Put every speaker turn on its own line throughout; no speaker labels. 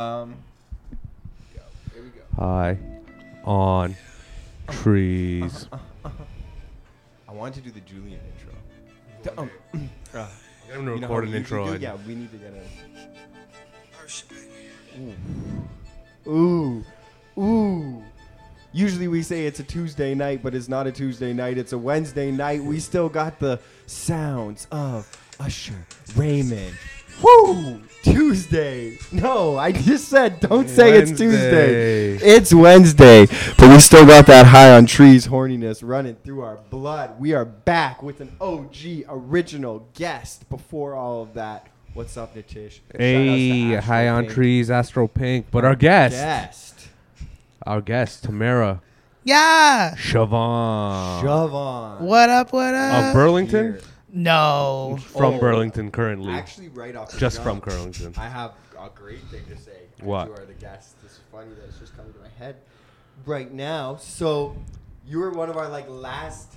Um,
High on trees.
Uh-huh. I wanted to do the Julian intro. D- um,
I'm gonna
you know how
record
we usually
an intro.
do?
and-
Yeah, we need to get Oh, a. Ooh. Ooh. Usually we say it's a Tuesday night, but it's not a Tuesday night. It's a Wednesday night. We still got the sounds of Usher Raymond. Woo! Tuesday. No, I just said don't say it's Tuesday.
Wednesday.
It's Wednesday, but we still got that high on trees horniness running through our blood. We are back with an OG original guest. Before all of that, what's up, Nitish? Shout outs to
Hey,
Astro
high on
Pink.
trees, Astro Pink. But our guest,
Guest.
our guest, Tamara
Yeah.
Siobhan
Shove on.
What up? What
of
up?
Burlington,
Here.
no.
from
Oh.
Burlington currently.
Actually, right off the
Just
jump,
from Curlington.
I have a great thing to say. as
What?
You are the guest. This is funny that it's just coming to my head right now. So, you were one of our like last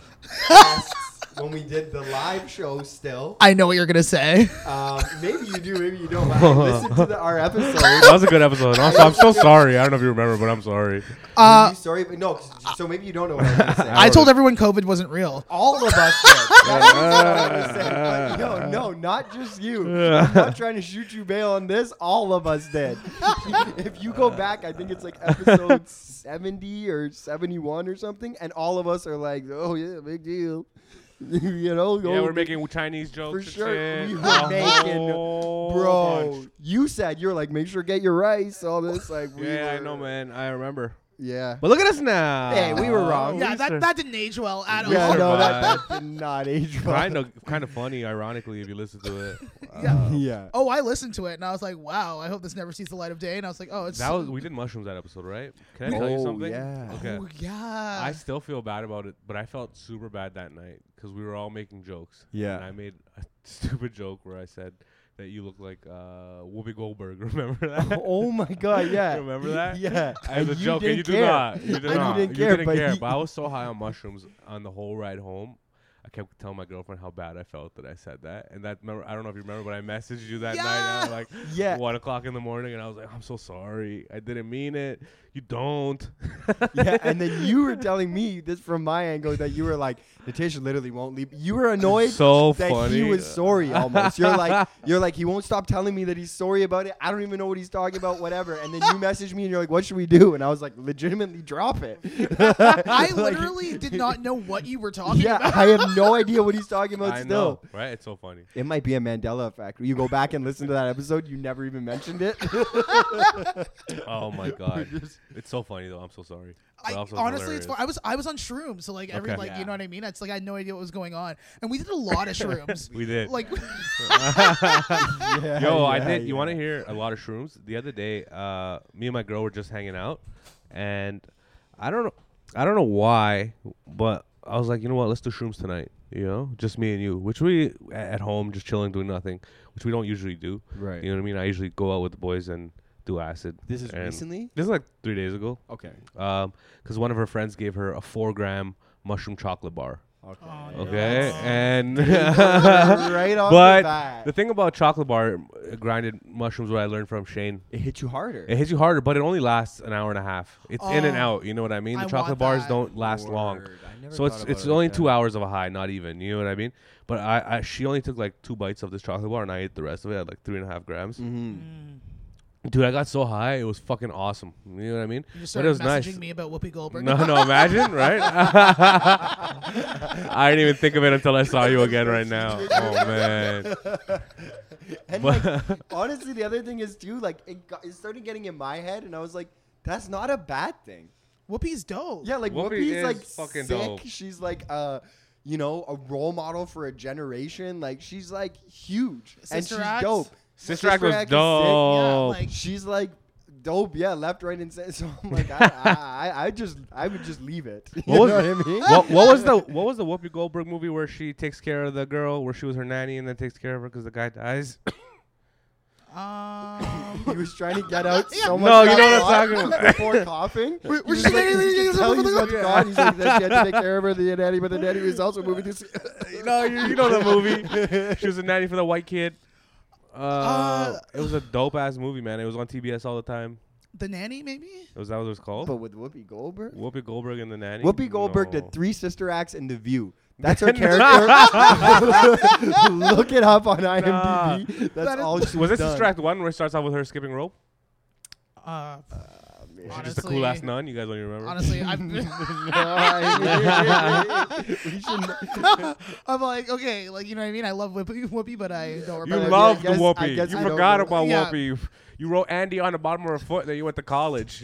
guests when we did the live show. Still,
I know what you're gonna say.
um, maybe you do, maybe you don't. But I listened to the, our episode.
that
Uh,
was a good episode. And also, I'm so sorry. I don't know if you remember, but I'm sorry.
Are
Uh,
you sorry, but no. 'cause- So maybe you don't know what I'm gonna say.
I told everyone COVID wasn't real.
all of us. Did. That is what I said. But no, no, not just you. I'm not trying to shoot you bail on this. All of us did. if you go back, I think it's like episode 70 or 71 or something, and all of us are like, "Oh yeah, big deal." you know,
Yeah,
oh,
we're making Chinese jokes.
for
and
sure.
shit.
We were
A
making-
whole
bro.
bunch.
You said you're like, make sure to get your rice. All this, like, we
Yeah, I
were-
know, man. I remember. Oh,
Yeah.
But look at us now.
Hey, we were
Uh,
wrong.
Yeah, that, that didn't age well at
yeah,
all.
no, that,
survived.
that did not age well.
kind of kind of funny, ironically, if you listen to it.
Yeah.
Oh, I listened to it and I was like, wow, I hope this never sees the light of day. And I was like, oh, it's
That was we did mushrooms that episode, right? Can I tell you
Oh,
something?
yeah.
Okay.
Oh, yeah.
I still feel bad about it, but I felt super bad that night because we were all making jokes.
Yeah.
And I made a stupid joke where I said that you look like uh, Whoopi Goldberg. Remember that?
Oh my god, yeah.
You remember that?
Yeah.
As a
you
joke, and you
didn't
do
care.
not. You do
And
not.
You didn't care, but, he-
but I was so high on mushrooms on the whole ride home. I kept telling my girlfriend how bad I felt that I said that, and that remember, I don't know if you remember, but I messaged you that night at
Yeah.
like
Yeah.
one o'clock in the morning, and I was like, "I'm so sorry, I didn't mean it. You don't."
yeah, and then you were telling me this from my angle that you were like, Natasha literally won't leave. You were annoyed
So
that he
funny.
was sorry almost. You're like, you're like, he won't stop telling me that he's sorry about it. I don't even know what he's talking about, whatever. And then you messaged me and you're like, what should we do? And I was like, legitimately drop it.
I
Like,
literally did not know what you were talking
Yeah,
about.
I have no idea what he's talking about
I
still.
know, right? It's so funny.
It might be a Mandela effect. You go back and listen to that episode, you never even mentioned it.
Oh my god, it's so funny though. I'm so sorry.
I,
But also
honestly,
hilarious.
it's fu- I was I was on shrooms, so like every
Okay.
like
Yeah.
you know what I mean. It's like I had no idea what was going on, and we did a lot of shrooms.
We did.
like
Yeah,
Yo, I
yeah,
did. You
yeah.
want to hear a lot of shrooms? The other day, uh, me and my girl were just hanging out, and I don't know, I don't know why, but I was like, you know what? Let's do shrooms tonight. You know, just me and you, which we a- at home just chilling, doing nothing, which we don't usually do.
Right.
You know what I mean? I usually go out with the boys and do acid.
This is
and-
recently? Oh.
This is like three days ago,
Okay.
because one of her friends gave her a four gram mushroom chocolate bar.
Okay.
Okay, and
right off
but
the bat.
the thing about chocolate bar uh, grinded mushrooms, what I learned from Shane,
it hit you harder.
it hits you harder, but it only lasts an hour and a half. It's in and
Oh,
out. You know what I mean? The
I
chocolate
want
bars
that.
don't last long,
Word. I never
so it's
thought
it's
about it
only
like
two
that.
hours of a high, not even. You know what I mean? But I, I she only took like two bites of this chocolate bar, and I ate the rest of it at like three and a half grams.
Mm.
Dude, I got so high, it was fucking awesome. You know what I mean?
you just
But it was
started messaging
nice.
me about Whoopi Goldberg.
No, no, imagine, right? I didn't even think of it until I saw you again right now. Oh man.
And
But-
like, honestly, the other thing is too, like it, got, it started getting in my head, and I was like, that's not a bad thing.
Whoopi's dope.
Yeah, like
Whoopi
Whoopi's
is
like
fucking
sick.
dope.
She's like uh you know, a role model for a generation. Like she's like huge and
Sister
she's
Act?
dope.
Sister Act was
Act is sick,
dope.
like-
she's like dope, yeah, left, right, and center. So I'm like, I, I, I, I just, I would just leave it. You
What was-
know what I mean?
what, what was the what was the Whoopi Goldberg movie where she takes care of the girl where she was her nanny and then takes care of her because the guy dies?
Um,
He was trying to get out
Yeah.
so much.
No, you know
that
what I'm
lot
talking about.
Before coughing, we,
we're just like-
tell he's about to cough. He's like, that she had to take care of her, the daddy, but the daddy was also moving to.
no, you, you know the movie. She was a nanny for the white kid. Uh, it was a dope ass movie, man. It was on TBS all the time.
The nanny, maybe.
It was that what it was called?
But with Whoopi Goldberg?
Whoopi Goldberg and the nanny.
Whoopi Goldberg
No.
did Three Sister Acts and The View. That's her character. Look it up on IMDb. That's
That is-
all she
Was this
done.
distract one where it starts out with her skipping rope?
Uh,
man.
She's just a cool ass
honestly,
nun. You guys don't even remember.
honestly, I've
we should
I'm like, okay, like you know what I mean. I love Whoopi, Whoopi but I don't
you
remember.
I
loved
guess- I
Whoopi.
guess
you
we don't
forgot
know.
about
Yeah.
Whoopi. You, you wrote Andy on the bottom of her foot that you went to college.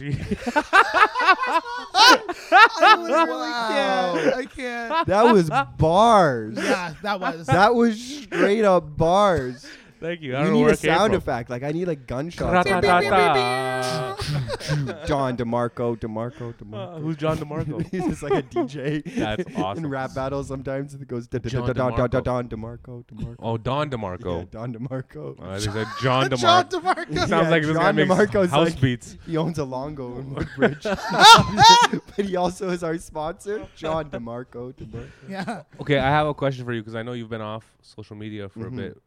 I literally
Wow.
can't. I can't.
that was bars.
Yeah, that was.
That was straight up bars.
Thank you. I
You
don't know
need
where
a
it came
sound
from.
effect. Like I need like gunshots.
Beep, beep,
John
beep,
Ta-ta-ta-ta.
DeMarco, DeMarco,
Uh,
DeMarco.
who's John DeMarco?
He's just like a DJ.
That's awesome.
In rap battles, sometimes it goes da- da-
John
da- da- da- da- Don
DeMarco.
DeMarco, DeMarco.
oh, Don
Yeah,
DeMarco.
Don DeMarco.
Uh, they said John DeMarco.
John DeMarco.
Sounds
Yeah,
like this guy
John
makes
DeMarco's
house
like-
beats.
He owns a Longo in Woodbridge, but he also is our sponsor, John DeMarco. DeMarco.
Yeah.
Okay, I have a question for you because I know you've been off social media for
Mhm.
a bit.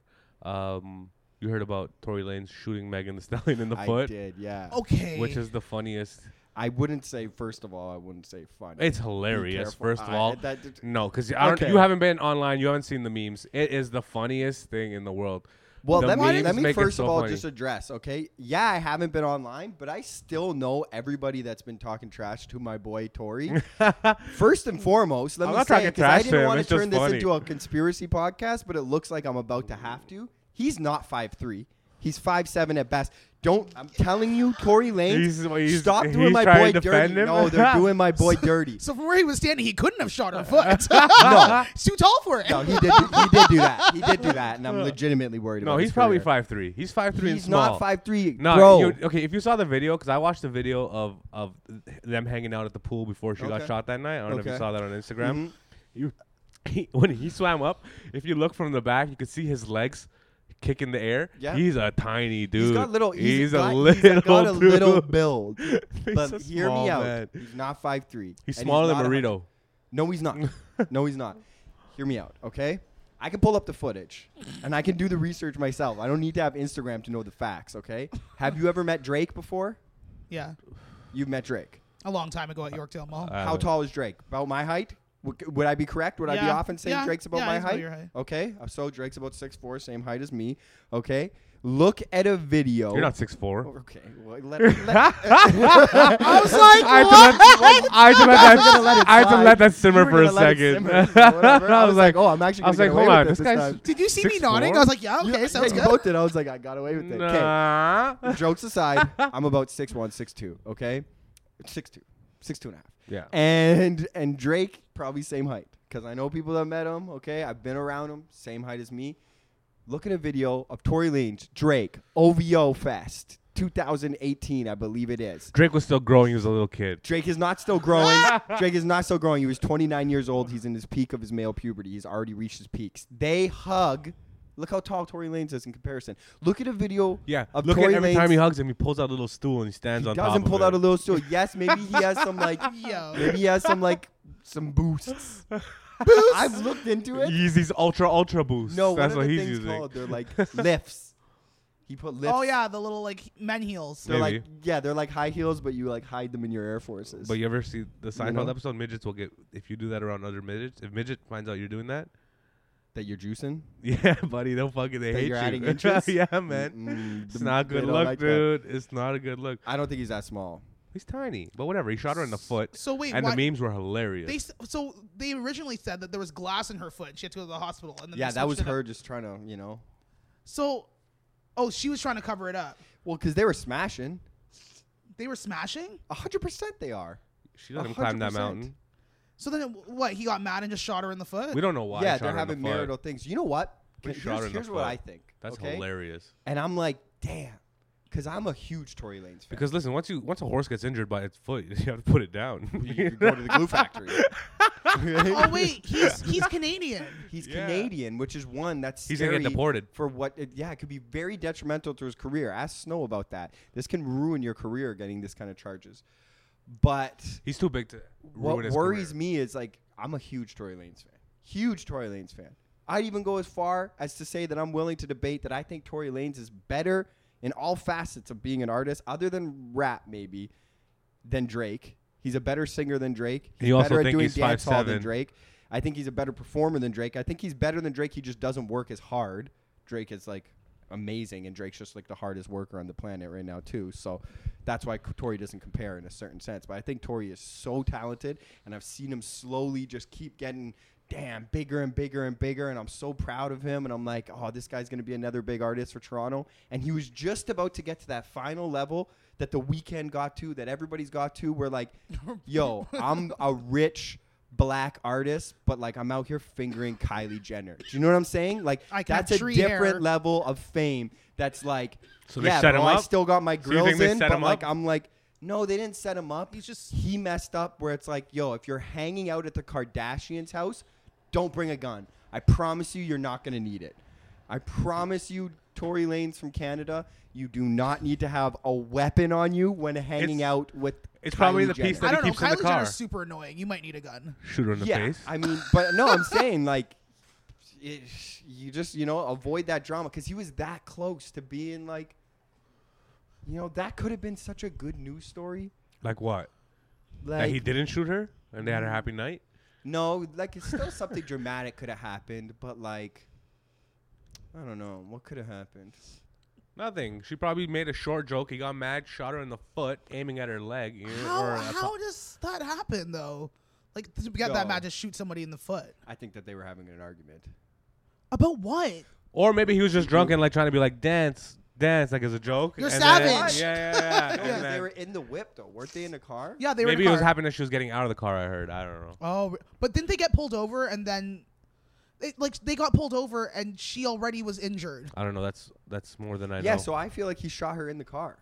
Um, you heard about Tory Lanez shooting Megan the Stallion in the
I
foot, Oh.
did, yeah.
Okay.
which is the funniest.
I wouldn't say. First of all, I wouldn't say funny.
It's
Be
hilarious.
careful.
First of
I-
all,
that-
no, because I don't.
Okay.
You haven't been online. You haven't seen the memes. It is the funniest thing in the world.
Well,
The
let me,
memes
let me
make it
first
so
of all
funny.
just address, okay? Yeah, I haven't been online, but I still know everybody that's been talking trash to my boy Tori. first and foremost, let
I'm
me
not
say
talking
it, 'cause I
trash to
didn't
him,
want
it's
to
just
turn this
funny.
into a conspiracy podcast, but it looks like I'm about to have to. He's not 5'3". He's 5'7 at best. Don't I'm telling you, Tory Lane,
He's- he's-
stop doing
he's
my
trying
boy
to
dirty.
defend him?
No, they're doing my boy dirty.
So from where he was standing, he couldn't have shot her foot.
No.
It's too tall for it.
No, he did. He did do that. He did do that, and I'm legitimately worried.
No,
about
he's
his
probably
career.
five three. He's five three.
He's not five three,
No,
bro.
you- okay. If you saw the video, because I watched the video of of them hanging out at the pool before she got
Okay.
shot that night. I don't know if
Okay.
you
Mm-hmm.
saw that on Instagram. You, he, when he swam up, if you look from the back, you could see his legs kick in the air.
Yeah.
he's a tiny dude.
He's got little. He's,
He's
got,
a little.
He's got a
dude.
little build.
He's
But
a
hear
small
me out.
man.
He's not five three.
He's smaller than Burrito.
No, he's not. no, he's not. Hear me out, okay? I can pull up the footage, and I can do the research myself. I don't need to have Instagram to know the facts, okay? Have you ever met Drake before?
Yeah.
You've met Drake.
A long time ago at Yorkdale Mall.
Uh,
How tall is Drake? About my height? Would, would I be correct? Would I be
Yeah.
off in saying
Yeah.
Drake's about
Yeah,
my
he's about
height?
your height.
Okay, so Drake's about six four, same height as me. Okay, look at a video.
You're not six four.
Okay, well, let, let,
I was like,
I had to let, I had to let that,
what?
let it
I had to
slide.
let that
You
simmer
were
for a
gonna let it
second.
simmer, so whatever.
I was like,
oh, I'm actually.
I was
gonna
like,
get away
hold on,
with
this guy's
time.
Did you see me
Six
nodding?
four?
I was like, yeah,
You-
okay, sounds
yeah, you
good.
both did. I was like, I got away with it. Okay.
nah.
Jokes aside, I'm about six one, six two. Okay, six two, six two and a half.
Yeah.
And and Drake probably same height because I know people that met him. Okay, I've been around him, same height as me. Look at a video of Tory Lanez, Drake, OVO Fest, 2018, I believe it is.
Drake was still growing. He was a little kid.
Drake is not still growing. Drake is not still growing. He was 29 years old. He's in his peak of his male puberty. He's already reached his peaks. They hug. Look how tall Tory Lanez is in comparison. Look at a video.
Yeah.
of
Look
Tory
at every
Lanez.
time he hugs him, he pulls out a little stool and he stands
He
on top.
doesn't
of
pull
it.
out a little stool. Yes, maybe he has some like.
Yo.
Maybe he has some like some boosts. I've looked into it.
Yeezy's Ultra Ultra Boost.
No,
that's
what are
what
the
he's
things
using.
called? They're like lifts. He put lifts.
Oh yeah, the little like men heels.
They're like
Maybe.
yeah, they're like high heels, but you like hide them in your Air Forces.
But you ever see the Seinfeld
know?
episode? Midgets will get if you do that around other midgets. If midget finds out you're doing that,
that you're juicing.
yeah, buddy, they'll fucking they
That
hate
you're
you.
adding interest?
yeah, man,
Mm-mm,
it's
th-
not
they
good
don't
look,
like that.
dude. It's not a good look.
I don't think he's that small.
He's tiny, but whatever. He shot her in the foot,
So wait,
and
why,
the memes were hilarious.
they s- so they originally said that there was glass in her foot and she had to go to the hospital. And then
Yeah,
they
that was
switched it up.
her just trying to, you know.
So, oh, she was trying to cover it up.
Well, because they were smashing.
They were smashing.
A 100% they are.
she let him climb that
100%.
mountain.
So then, what? He got mad and just shot her in the foot.
We don't know why. he
yeah,
shot
they're
her in
having
the foot.
marital things. You know what?
We
Here's,
shot her in the
here's what
foot.
I think.
That's
okay?
hilarious.
And I'm like, damn. Because I'm a huge Tory Lanez fan.
Because listen, once you once a horse gets injured by its foot, you have to put it down.
you could go to the glue factory.
oh wait, he's he's Canadian.
He's
Yeah.
Canadian, which is one that's
He's gonna get
scary
deported.
for what. It, yeah, it could be very detrimental to his career. Ask Snow about that. This can ruin your career getting this kind of charges. But
He's too big to ruin
what
his
worries
career.
me is like I'm a huge Tory Lanez fan. Huge Tory Lanez fan. I'd even go as far as to say that I'm willing to debate that I think Tory Lanez is better in all facets of being an artist, other than rap, maybe, than Drake. He's a better singer than Drake. He's
You also
better at
think
doing
he's
dance hall than
5'7".
Drake. I think he's a better performer than Drake. I think he's better than Drake. He just doesn't work as hard. Drake is like amazing, and Drake's just like the hardest worker on the planet right now too. So that's why Tori doesn't compare in a certain sense. But I think Tori is so talented, and I've seen him slowly just keep getting damn bigger and bigger and bigger and i'm so proud of him and i'm like oh this guy's going to be another big artist for toronto and he was just about to get to that final level that the weekend got to that everybody's got to where like yo i'm a rich black artist, but like I'm out here fingering Kylie Jenner. Do you know what I'm saying? Like
I can have
that's a
tree
different
hair.
level of fame. That's like
So they
yeah,
set
bro,
him
I
up?
still got my
So you think
grills
they
in,
set
but
him
like
up?
I'm like no, they didn't set him up.
He's just-
he messed up where it's like, yo, if you're hanging out at the Kardashians' house, don't bring a gun. I promise you, you're not gonna need it. I promise you, Tory Lanes from Canada, you do not need to have a weapon on you when hanging
It's-
out with.
it's probably
Kylie
the
Jenner.
piece that
I
he
don't know.
keeps in the
Kylie
car.
Jenner's super annoying. You might need a gun.
Shoot her in the
yeah,
face.
I mean, but no, I'm saying like, it, you just you know avoid that drama because he was that close to being like, you know, that could have been such a good news story.
like what? that
Like Mm.
he didn't shoot her and they had a happy night.
no, like it's still something dramatic could have happened, but like, I don't know what could have happened.
Nothing. She probably made a short joke. He got mad, shot her in the foot, aiming at her leg. you know,
How,
or a
how does that happen though? Like to get that
Yo.
mad to shoot somebody in the foot.
I think that they were having an argument.
About what?
Or maybe he was just drunk and like trying to be like dance, dance like as a joke.
You're
and then-
savage.
yeah, yeah, yeah.
No,
and
'cause Oh, they
then-
were in the whip though, weren't they in the car?
Yeah, they were. in
maybe
a
it was
car.
happening as she was getting out of the car. I heard. I don't know.
Oh, re- but didn't they get pulled over and then, they, like, they got pulled over and she already was injured.
I don't know. That's that's more than I
yeah,
know.
so I feel like he shot her in the car.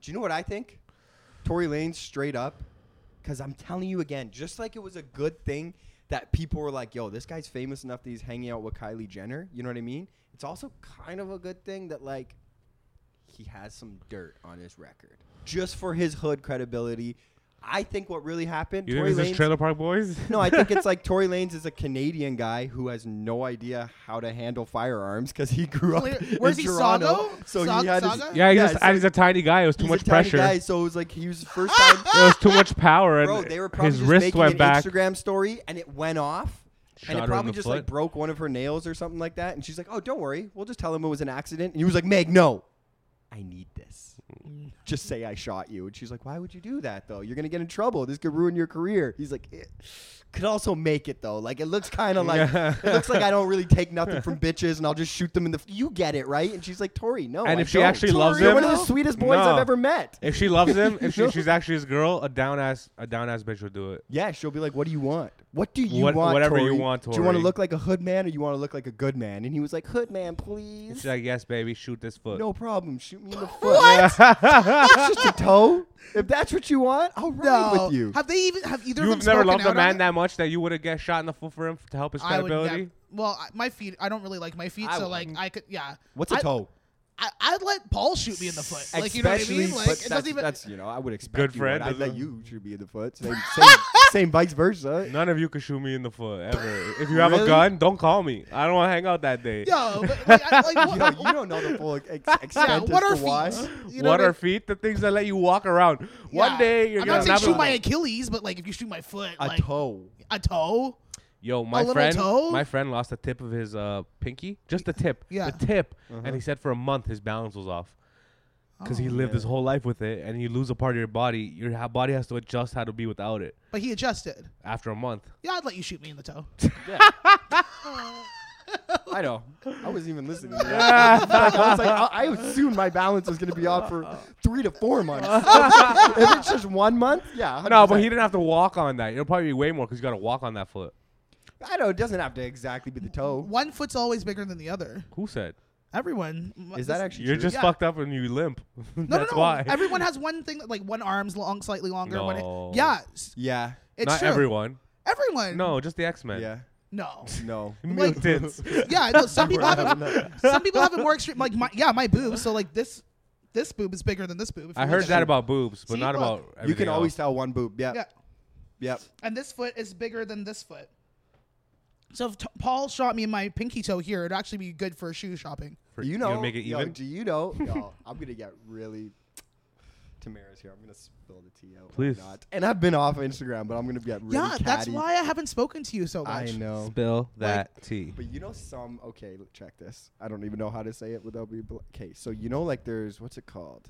Do you know what I think? Tory Lane straight up, because I'm telling you again, just like it was a good thing that people were like, "Yo, this guy's famous enough that he's hanging out with Kylie Jenner." You know what I mean? It's also kind of a good thing that like he has some dirt on his record, just for his hood credibility. I think what really happened.
you think
Tory
this is
Lanez
Trailer Park Boys?
no, I think it's like Tory Lanez is a Canadian guy who has no idea how to handle firearms because he grew up
Clear-
in
where's he,
Toronto.
Sago?
So
Sag-
he had his-
Saga?
yeah, he's,
Yeah,
just,
so
he's a tiny guy. It was too
he's
much
a tiny
pressure.
guy,
There
so it was like he was first time.
was too much power, and
Bro, they were probably
his
just
wrist
making
went
an
back.
Instagram story and it went off.
Shot
And
her
it
in
probably
the
just
foot.
like broke one of her nails or something like that. And she's like, "Oh, don't worry, we'll just tell him it was an accident." And he was like, "Meg, no, I need this.
Mm.
Just say I shot you." And she's like, "Why would you do that though? You're gonna get in trouble. This could ruin your career." He's like, "It "Could also make it though. Like it looks kind of like it looks like I don't really take nothing from bitches, and I'll just shoot them in the. F- you get it right?" And she's like, "Tori, no."
And
I
if she
don't.
actually
loves
you're one of
him-
the sweetest boys
No.
I've ever met.
If she loves him, if she,
No.
she's actually his girl, a down ass, a down ass bitch would do it.
Yeah, she'll be like, "What do you want? What do you
What-
want?
whatever you
Tori?
want,
Do you want to
Tori."
look like a hood man or you want to look like a good man?" And he was like, "Hood man, please."
She's like, yes, baby, shoot this foot.
no problem. Shoot me in the foot. what? that's just a toe. If that's what you want, I'll ride
No.
with you.
Have they even have either of
You've
them
never
spoken
loved
out
a
on
man
it?
that much that you would have get shot in the foot for him f- to help his
I would.
credibility.
nev- well, I- my feet. I don't really like my feet,
I
so
would.
like I could. Yeah.
What's a
I-
toe?
I, I'd let Paul shoot me in the foot. Like you know what I
Especially,
mean?
but
Like it
that's,
doesn't even.
that's you know I would expect
Good
you
friend
would. I'd let
doesn't-
you shoot me in the foot. Same, same, same vice versa.
None of you could shoot me in the foot ever. if you have
Really?
a gun, don't call me. I don't want to hang out that day.
Yo, but, like, I- like, what,
Yo, you don't know the full ex- extent
yeah,
as
what
to
are
why.
feet? You know
what
I
are
mean?
feet? The things that let you walk around. One
Yeah.
day you're
I'm
gonna
not saying
have
shoot
a-
my Achilles, but like if you shoot my foot,
A
like
toe.
a toe.
Yo, my
little
friend,
toe?
my friend lost the tip of his uh pinky, just the tip,
Yeah. Uh-huh.
the tip, and he said for a month his balance was off. Because
Oh,
he lived his whole life with it, and you lose a part of your body, your ha- body has to adjust how to be without it.
But he adjusted.
After a month,
Yeah, I'd let you shoot me in the toe.
I know. I wasn't even listening. To that. Like, I was like, I, I assumed my balance was going to be off for three to four months. if it's just one month, yeah. 100%.
no, but he didn't have to walk on that. It'll probably be way more because you got to walk on that foot.
I know it doesn't have to exactly be the toe.
One foot's always bigger than the other.
Who said?
Everyone
Is that actually
You're
true?
just
Yeah.
fucked up and you limp.
No,
That's
no, no.
why.
Everyone has one thing, that, like one arm's long, slightly longer. One,
No.
yeah, s-
Yeah.
it's
Not
true.
everyone.
Everyone.
No, just the X Men.
Yeah.
No.
No.
Like-
Mutants.
Yeah. No, some people have
I don't
it.
know.
Some people have it more extreme. Like my, yeah, my boob. So like this, this boob is bigger than this boob. if
I
you
heard
look
that
at it.
about boobs, but
See,
not
look.
about.
You
everything
can always
else.
tell one boob. Yep.
Yeah.
Yep.
And this foot is bigger than this foot. So if t- Paul shot me in my pinky toe here, it'd actually be good for shoe shopping.
For-
you
you
know,
gonna make it
yo,
even?
do you know? Yo, I'm gonna get really. Tamara's here. I'm gonna spill the tea out. why
Please.
not? And I've been off Instagram, but I'm gonna get really.
yeah, that's
catty.
why I haven't spoken to you so
I
much.
know.
Spill that tea.
But you know some okay, look, check this. I don't even know how to say it without being bl- okay. So you know like there's what's it called?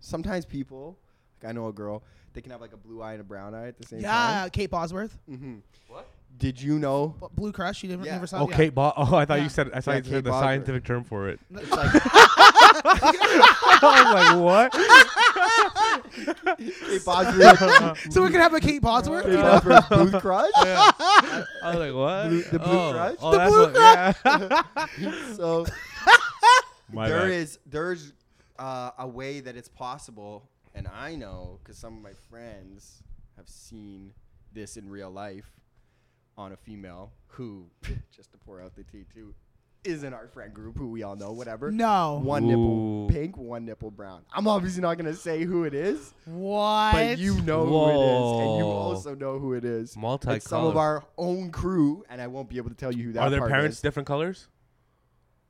Sometimes people, like I know a girl, they can have like a blue eye and a brown eye at the same
Yeah, Kate Bosworth,
time. Mm-hmm.
What?
Did you know?
B- Blue Crush. You never,
Yeah.
never saw.
Oh,
yeah.
Kate Bo- Oh, I thought
Yeah.
you said. I thought
Yeah,
you said
Kate
the
Bogger.
scientific term for it.
It's like
I was like, what?
Kate Bosworth,
So we can have a Kate Bosworth.
Kate Bosworth's booth crush.
I was like, what?
Blue- the blue
oh,
crutch?
oh,
The
that's
blue
what- yeah.
So
My
there
bad.
is there's uh, a way that it's possible, and I know because some of my friends have seen this in real life on a female who, just to pour out the tea too, is in our friend group who we all know. Whatever.
No.
One
Ooh.
nipple pink, one nipple brown. I'm obviously not gonna say who it is,
What?
but you know who it is, and you
Whoa.
also know who it is. It's some
Multicolored.
of our own crew, and I won't be able to tell you who that.
Are their
part
parents
is.
different colors?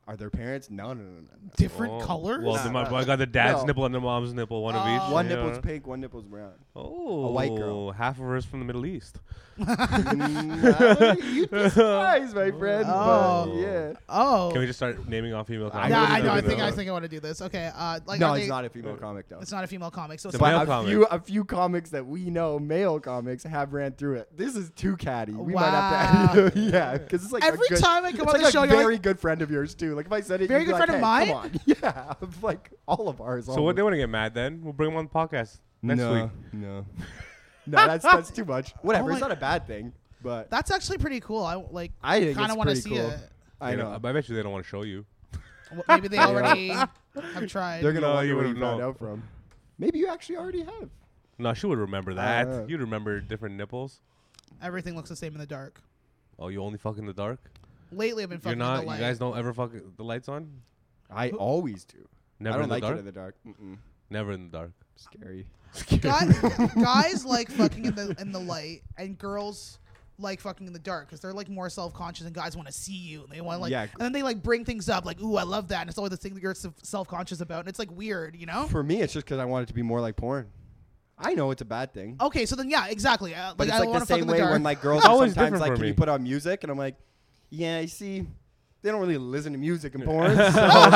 Are their parents? No, no, no, no. no.
different
Oh.
colors.
Well,
Nah,
the, my,
nah.
I got the dad's
No. Oh.
nipple and the mom's nipple, one of each.
One
yeah.
nipple's pink, one nipple's brown.
Oh,
white girl.
Half of her's from the Middle East.
Mm, You'd be surprised, my friend. but
Oh.
yeah.
oh.
Can we just start naming off female
I
comics?
yeah,
wouldn't
I know. I
even
think
know.
I think I want to do this. Okay. Uh, like,
no,
are
it's
they-
not a female comic though.
It's not a female comic. So
The
it's
male
but a
comic.
few, a few comics that we know, male comics, have ran through it. This is too catty. We might have to, yeah, because it's like a
Every
good-
time I
it's
come on
like
the
a
show, you're
very
like,
good friend of yours too. Like if I said it,
Very
you'd be
good
like,
friend
hey,
of
Come on, yeah, of, like all of ours.
So what? They want to get mad then? We'll bring them on the podcast next week.
no, no, that's that's too much. Whatever,
Oh
it's
my-
not a bad thing, but
that's actually pretty cool. I like.
I think
kind
it's
of want to
pretty
see
cool.
it.
I
They
know.
don't- I bet you they don't want to show you.
Well, Maybe they already have tried.
They're gonna
No,
wonder
you
where you
wouldn't
found
know.
out from. Maybe you actually already have.
No, she would remember that.
Uh.
You'd remember different nipples.
Everything looks the same in the dark.
Oh, you only fuck in the dark.
Lately, I've been
You're
fucking
not.
in the
You
light.
guys don't ever fuck the lights on.
I always do.
Never
I don't
in the
like
dark.
it in the dark. Mm-mm.
Never in the dark.
Scary.
Guy- guys like fucking in the in the light, and girls like fucking in the dark because they're like more self conscious, and guys want to see you, and they want like,
Yeah.
and then they like bring things up, like, ooh, I love that, and it's always the thing that you're self conscious about, and it's like weird, you know?
For me, it's just because I want it to be more like porn. I know it's a bad
Oh,
thing,
Okay, so then yeah, exactly. Uh,
but
like, I
it's
don't
like
want
the
to fuck
same
in the
way
dark.
when like girls
It's
are
always
sometimes
different
like,
for
"Can you
me."
put on music?" And I'm like, "Yeah, I see." They don't really listen to music in porn. so no,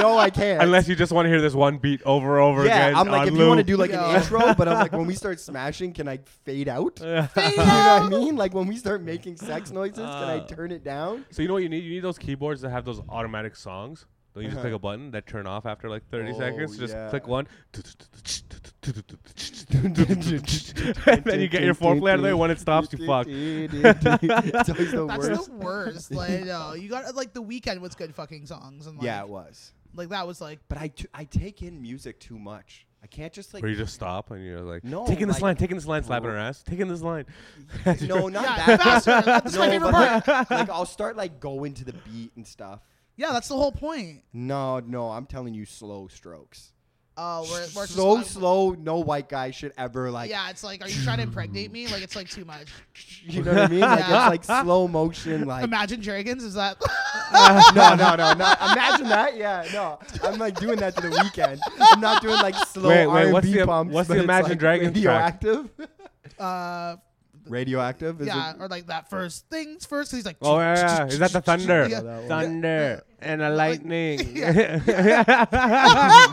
no, I can't.
Unless you just want to hear this one beat over over
yeah,
again.
I'm like,
on
if you want to
loop.
do like
Yeah.
an intro, but I'm like, when we start smashing, can I fade out? you know
Fade
what I
out.
mean? Like when we start making sex noises, can I
Uh.
turn it down?
So you know what you need? You need those keyboards that have those automatic songs. Don't you just
Uh-huh.
click a button that turn off after like 30
Oh,
seconds? Just
yeah.
click one. and then you get your foreplay out of the way. When it stops, you fuck.
it's always the
That's
worst.
the worst. Like, no, you got like the weekend was good fucking songs, and like,
yeah, it was.
like that was like
But I, t- I take in music too much. I can't just like
Where you just stop and you're like,
No,
taking this
like-
line, taking this line, slapping her ass, taking this line.
no, not
yeah,
that.
faster. That's my
No,
favorite
but, Like,
part.
like, I'll start like going to the beat and stuff.
Yeah, that's the whole point.
No, no, I'm telling you, slow strokes.
Oh, we're, we're just-
so
I'm-
slow, no white guy should ever like.
Yeah, it's like, are you trying to impregnate me? Like, it's like too much.
You know what I mean? Like
Yeah.
it's like slow motion. Like
Imagine Dragons is that?
no, no, no, not imagine that. Yeah, no, I'm like doing that to the weekend. I'm not doing like slow
Wait, wait,
R&B
what's the-
pumps.
what's
but
the
it's,
Imagine
like,
Dragons track?
radioactive?
uh,
radioactive is
yeah,
it?
or like that first things first. 'cause he's like,
Oh, yeah, yeah. Is that the thunder?
Yeah.
Yeah.
Thunder and a lightning.
Yeah.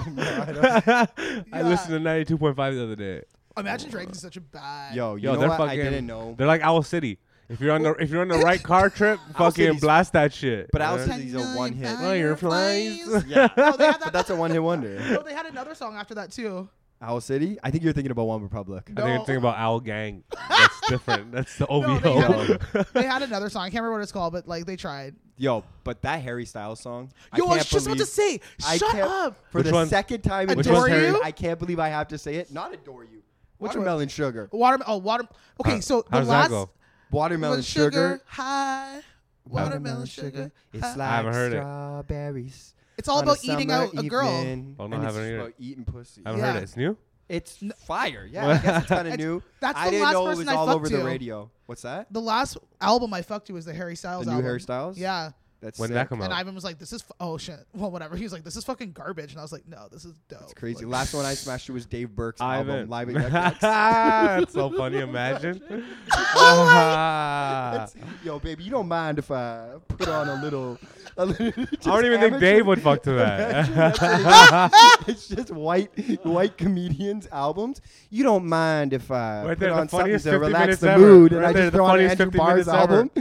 I listened to 92.5 the other day.
Imagine Dragons is such a bad.
Yo, you
Yo,
know
they're
what?
fucking.
I didn't know.
They're like Owl City. If you're on the if you're on the right car trip, fucking
City's-
blast that shit.
But Owl
Uh,
City- City's a
Million
one hit.
Oh, you're flies.
fireflies.
Yeah,
No, they
but
had Oh, that.
that's a one-hit wonder.
no, they had another song after that too.
Owl City. I think you're thinking about One Republic.
I think I'm
No.
thinking about Owl Gang. That's different. That's the OVO.
they had, they had another song. I can't remember what it's called, but like they tried.
Yo, but that Harry Styles song.
Yo, I,
can't
was just about to
believe-
say.
I
shut
can't-
up.
For
Which
the
one?
second time in
Which one's
history,
Harry?
I can't believe I have to say it. Not adore you.
Which one?
Watermelon sugar.
Watermelon. Oh, water. Okay,
How-
so the
how does that
last
go?
Watermelon sugar.
high. Watermelon sugar.
It's
high.
like
haven't heard it.
strawberries.
It's all
on a
about eating
summer
out a girl.
evening.
Oh,
And
no, I
it's
haven't
just
heard
about eating pussy.
I haven't
Yeah.
heard it. It's new.
It's fire. Yeah, I guess it's kind of new.
that's
I
the
didn't
last
know it
person
was
I
all
fucked
over the
to.
radio. What's that?
The last album I fucked to was the Harry Styles
The new
album.
Harry Styles?
Yeah.
That's
When did
sick.
that come out?
And Ivan was like, "This is f- oh shit." Well, whatever. He was like, "This is fucking garbage," and I was like, "No, this is dope."
It's crazy.
Like,
Last one I smashed to was Dave Burke's album, Live at
Ivan.
Yuck Yucks.
That's so funny. Imagine. Ah.
Oh That's- Yo, baby, you don't mind if I put on a little. A little
I don't even think Dave would fuck to that.
it's just white white comedians' albums. You don't mind if I
Right
put
there, the
on something
funniest
to
50
relax
minutes
the
ever.
mood, and
Right
I
there,
just
the
throw on
funniest
Andrew
50
Barr's
minutes ever.
album.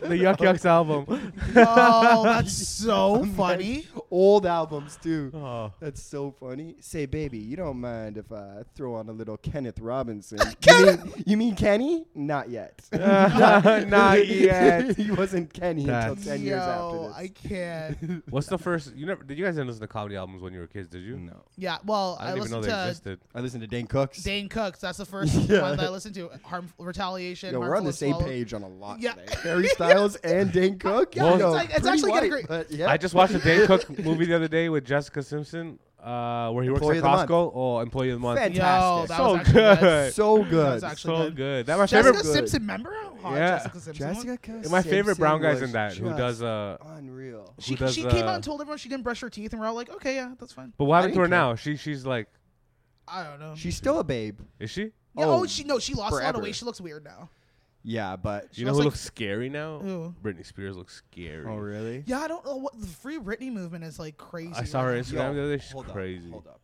the Yuck Yucks album.
Oh, that's so funny.
Old albums too.
Oh.
That's so funny. Say, baby, you don't mind if I throw on a little Kenneth Robinson? you,
Kenneth-
mean, you mean Kenny? Not yet.
Not yet.
he wasn't Kenny
That's-
until ten years after
Yo,
this.
I can't.
What's the first? You never? Did you guys didn't listen to comedy albums when you were kids? Did you?
no,
Yeah. Well,
I
I,
didn't even know
listened
they
to
existed.
I listened to Dane Cooks.
Dane Cooks. That's the first
Yeah.
one that I listened to. Harmful retaliation.
Yo, we're
Harmful
on the
and
same
Swallowed.
page on a lot.
Yeah.
today. Harry Styles and Dane Cook. Yo,
Yeah, it's like- it's
pretty
actually getting
white,
great.
but yeah.
I just watched a Dane Cook movie the other day with Jessica Simpson, uh, where he works
Employee of
at
the month.
Costco. Oh, employee of the month.
Fantastic.
So
Yo, that was actually good.
good.
so
That
good.
was
So
actually good.
good. That my
Jessica
favorite.
good.
Simpson, remember how hot
Yeah.
Jessica Simpson was?
Jessica.
My favorite brown guys in
Simpson
that
was
who
just
does uh.
unreal.
She,
does,
she came out
uh,
and told everyone she didn't brush her teeth, and we're all like, okay, yeah, that's fine.
But what happened to her
didn't care.
now? She she's like,
I don't know.
She's still a babe.
is she?
Yeah, oh,
Oh,
she no, she lost a lot
forever.
of weight. She looks weird now.
Yeah, but
you know
looks
who
like-
looks scary now?
Who?
Britney Spears looks scary.
oh really?
Yeah, I don't know what the free Britney movement is like crazy.
I saw her
right
Instagram the other day. She's
hold
crazy.
Up, hold up.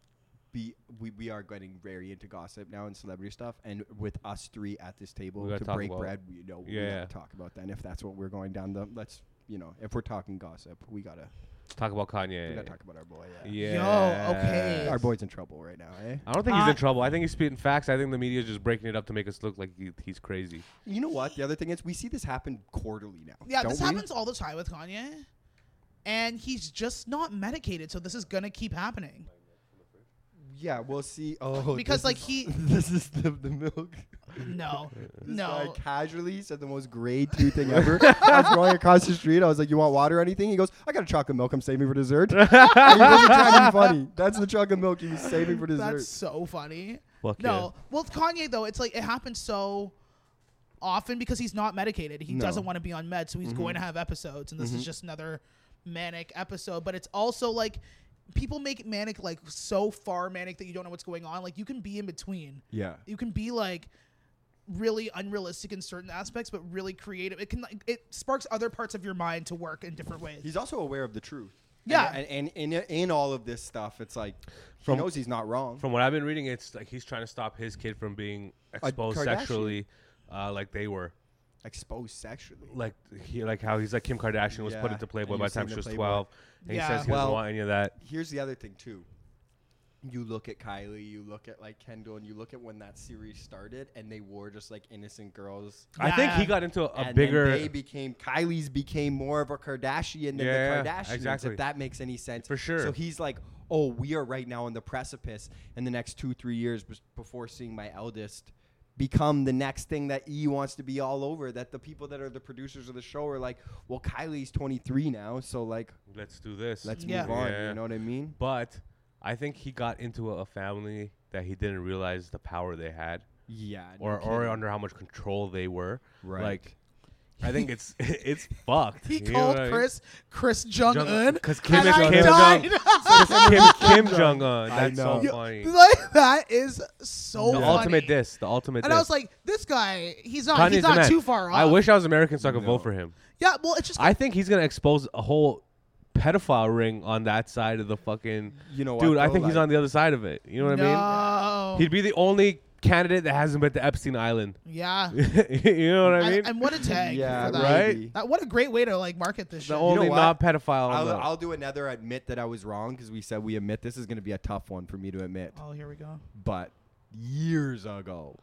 Be, we, we are getting very into gossip now and celebrity stuff, and with us three at this table
gotta
to
talk
break
about-
bread, you know, we
Yeah.
gotta talk about that. And if that's what we're going down, the let's you know, if we're talking gossip, we gotta
Talk about
we
Kanye.
gotta talk about our boy. Yeah.
Yeah.
okay.
Our boy's in trouble right now, eh?
I don't think he's
Uh,
in trouble. I think he's spitting facts. I think the media is just breaking it up to make us look like he, he's crazy.
You know what? The other thing is, we see this happen quarterly now.
Yeah,
don't
this
we?
happens all the time with Kanye, and he's just not medicated, so this is gonna keep happening.
Yeah, we'll see. Oh,
Because,
this
like,
is-
he-
this is the, the milk.
No,
This guy
no.
casually said the most grade two thing ever. I was going across the street. I was like, "You want water or anything?" He goes, "I got a chocolate milk. I'm saving for dessert." and he wasn't trying to be funny. That's the chocolate milk he was saving for dessert.
That's so funny.
Fuck
no, well, with Kanye though, it's like it happens so often because he's not medicated. He
No. Mm-hmm.
doesn't want to be on meds, so he's going to have episodes, and this is just another manic episode. But it's also like people make manic like so far manic that you don't know what's going on. Like you can be in between.
yeah,
you can be like really unrealistic in certain aspects but really creative it can like it sparks other parts of your mind to work in different ways
he's also aware of the truth.
Yeah.
and, and, and in in all of this stuff, it's like
From-
he knows he's not wrong.
From what I've been reading, it's like he's trying to stop his kid from being exposed
Kardashian.
sexually, uh, like they were,
exposed sexually.
like he like how he's like Kim Kardashian was put
Yeah,
into
and
Playboy
he
by the
was
time
seen
she
in
was
Playboy.
twelve, and
Yeah.
he says he
Well-
doesn't want any of that.
here's the other thing too. You look at Kylie, you look at like Kendall, and you look at when that series started, and they were just like innocent girls.
I think
Yeah.
he got into a,
and then
bigger.
they became Kylie's became more of a Kardashian than
Yeah,
the Kardashians.
exactly.
If that makes any sense,
For sure.
So he's like, oh, we are right now on the precipice in the next two three years bes- before seeing my eldest become the next thing that E wants to be all over. That the people that are the producers of the show are like, well, Kylie's 23 now, so like,
Let's do this.
let's
Yeah.
move on.
Yeah.
You know what I mean?
But I think he got into a, a family that he didn't realize the power they had,
Yeah. no
or or
kidding.
under how much control they were.
Right.
Like, I think it's it's fucked.
he
You know
called
what I mean?
chris chris jung-un
Jung- 'cause Kim
and
is
I
Kim
died.
Jong- 'Cause Kim, Kim Jong Un.
I
That's so
know.
Yo,
funny. The
like that is so funny.
ultimate diss. The ultimate.
and
diss.
i was like this guy he's not
Kanye's
he's
the
not
man.
too far off
I wish I was American so I could
No.
vote for him.
yeah well it's just
I think he's gonna expose a whole pedophile ring on that side of the fucking.
You know what,
dude. I
though?
think he's
Like-
on the other side of it. You know what I
no.
mean? He'd be the only candidate that hasn't been to Epstein Island.
yeah
you know what I
and,
mean?
and what a tag
Yeah,
for that.
right?
maybe.
That- what a great way to like market this
the
show
only
what?
not pedophile. on
I'll,
the-
I'll do another admit that I was wrong because we said we admit this is going to be a tough one for me to admit.
oh here we go
But years ago,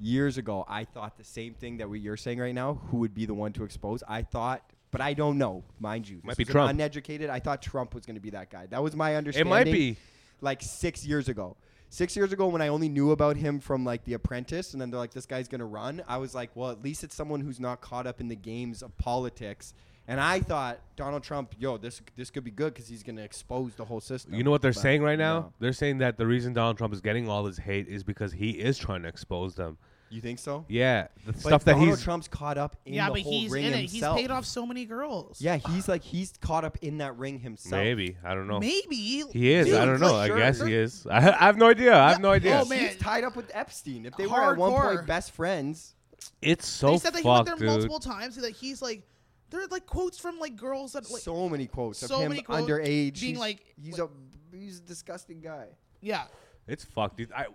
years ago, I thought the same thing that what you're saying right now. Who would be the one to expose? I thought, but I don't know, mind you.
Might
This
be
is an
Trump.
Uneducated. I thought Trump was going to be that guy. That was my
it
understanding.
might be.
like six years ago. Six years ago, when I only knew about him from like The Apprentice, and then they're like, "This guy's gonna run," I was like, "Well, at least it's someone who's not caught up in the games of politics." And I thought Donald Trump, yo, this this could be good because he's gonna expose the whole system.
You know what they're
But
saying right now?
no.
They're saying that the reason Donald Trump is getting all this hate is because he is trying to expose them.
You think so?
Yeah, the
But
stuff that
Donald
he's
Trump's caught up in
yeah,
the
but
whole
he's
ring
in it.
himself.
He's paid off so many girls.
Yeah, he's like he's caught up in that ring himself.
maybe I don't know.
Maybe
He is.
Dude,
I don't
for
know. I
sure.
guess he is. I, I have no idea. I have no idea.
Oh, man.
He's tied up with Epstein. If they were at one
Hardcore.
point best friends,
It's so
They said that he went
fucked, dude.
there multiple times. That he's like, there are like quotes from like girls that like,
so many quotes
so
of him
many quotes
underage.
being
he's,
like-
he's
like-
a he's a disgusting guy.
yeah,
It's fucked, dude. I,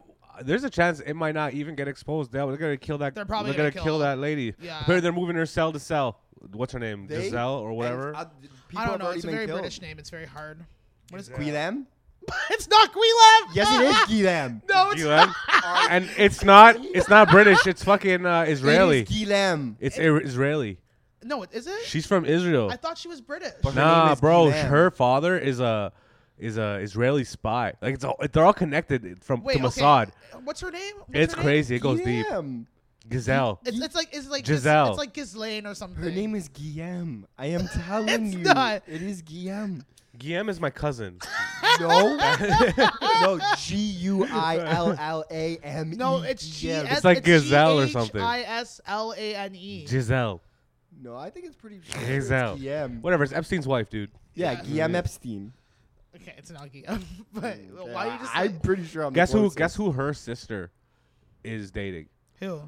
there's a chance it might not even get exposed. They're gonna kill that.
They're probably
they're gonna,
gonna
kill
kill
that lady.
Yeah.
Apparently they're moving her cell to cell. What's her name?
They-
Giselle or
and,
whatever.
uh, people
I
have
don't know.
already
It's a
been
very
killed.
British name. It's very hard. What is
Gui them?
it's not Guilem.
Yes, it is Gui them.
No, it's
Gilem. and it's not. It's not British. It's fucking uh, Israeli.
It is Gui them.
it's Ir- Israeli.
no, it is it.
She's from Israel.
I thought she was British.
But- her name
Nah,
is
bro.
Gilem.
Her father is a is a Israeli spy. Like it's all, they're all connected from
Wait,
to
okay.
Mossad.
What's her name? What's
It's
her name?
crazy. It goes deep.
Guillem.
Gazelle.
It's, it's like it's like Gis-
Giselle.
it's like Ghislaine or something.
Her name is Guillem. I am telling
It's
you,
not.
it is Guillem.
Guillem is my cousin.
No, no, G U I L L A M E.
No, it's G.
Guillem.
It's like Gazelle or something.
I S L A N E.
Giselle.
No, I think it's pretty.
Gazelle.
It's Guillem.
Whatever. It's Epstein's wife, dude.
Yeah,
Yeah.
Guillem Epstein.
Okay, it's not Guillem. but why you just?
I'm
like-
pretty sure I'm.
Guess who? Guess who? Her sister is dating
who?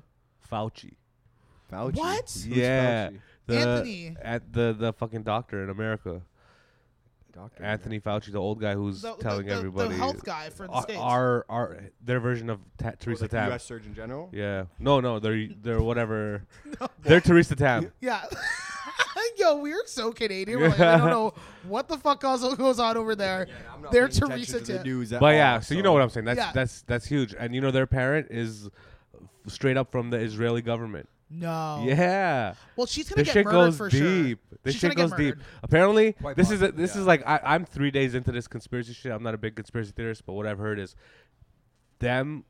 Fauci.
Fauci.
What?
Who's
yeah,
Fauci?
the-
Anthony.
at the the fucking doctor in America,
Doctor.
Anthony Fauci, the old guy who's
The,
telling
the, the,
everybody
the health guy for the
our,
states.
our our their version of ta- Teresa
Like
Tam.
U.S. Surgeon General.
Yeah, no, no, they're they're whatever. They're Teresa Tam.
Yeah. Yo, we're so Canadian. We're like, I don't know what the fuck also goes on over there. They're Teresa
to the
Tam.
news at
But yeah,
all,
so you know what I'm saying. That's
Yeah.
that's that's huge. And you know their parent is straight up from the Israeli government.
No.
Yeah.
Well, she's gonna
This
get
shit
murdered
goes
for
deep.
sure.
This
she's
shit
gonna
goes
get
deep.
murdered.
Apparently,
Quite
this is a,
possible,
this is
yeah.
like I, I'm three days into this conspiracy shit. I'm not a big conspiracy theorist, but what I've heard is them.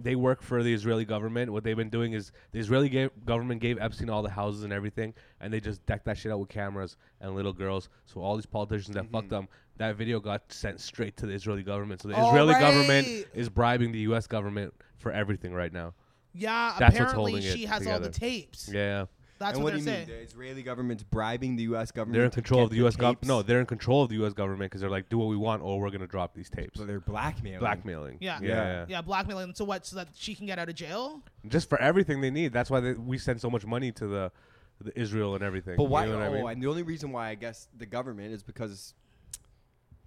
They work for the Israeli government. What they've been doing is the Israeli ga- government gave Epstein all the houses and everything, and they just decked that shit out with cameras and little girls. So all these politicians that
Mm-hmm.
fucked them, that video got sent straight to the Israeli government. So the
All
Israeli government
right.
is bribing the U.S. government for everything right now.
Yeah.
That's what's
apparently,
holding it
she has all the
together.
tapes.
Yeah,
That's
and what,
what
do
they're
you mean?
saying.
The Israeli government's bribing the U.S. government.
they're in
to
control of
get
the U.S. government.
tapes?
No, they're in control of the U.S. government because they're like, do what we want, or we're gonna drop these tapes.
So they're blackmailing.
Blackmailing.
Yeah.
yeah.
Yeah.
Yeah, blackmailing. So what? So that she can get out of jail?
Just for everything they need. That's why they, we send so much money to the, the Israel and everything.
But why?
You know what
oh,
I mean?
and the only reason why I guess the government is because.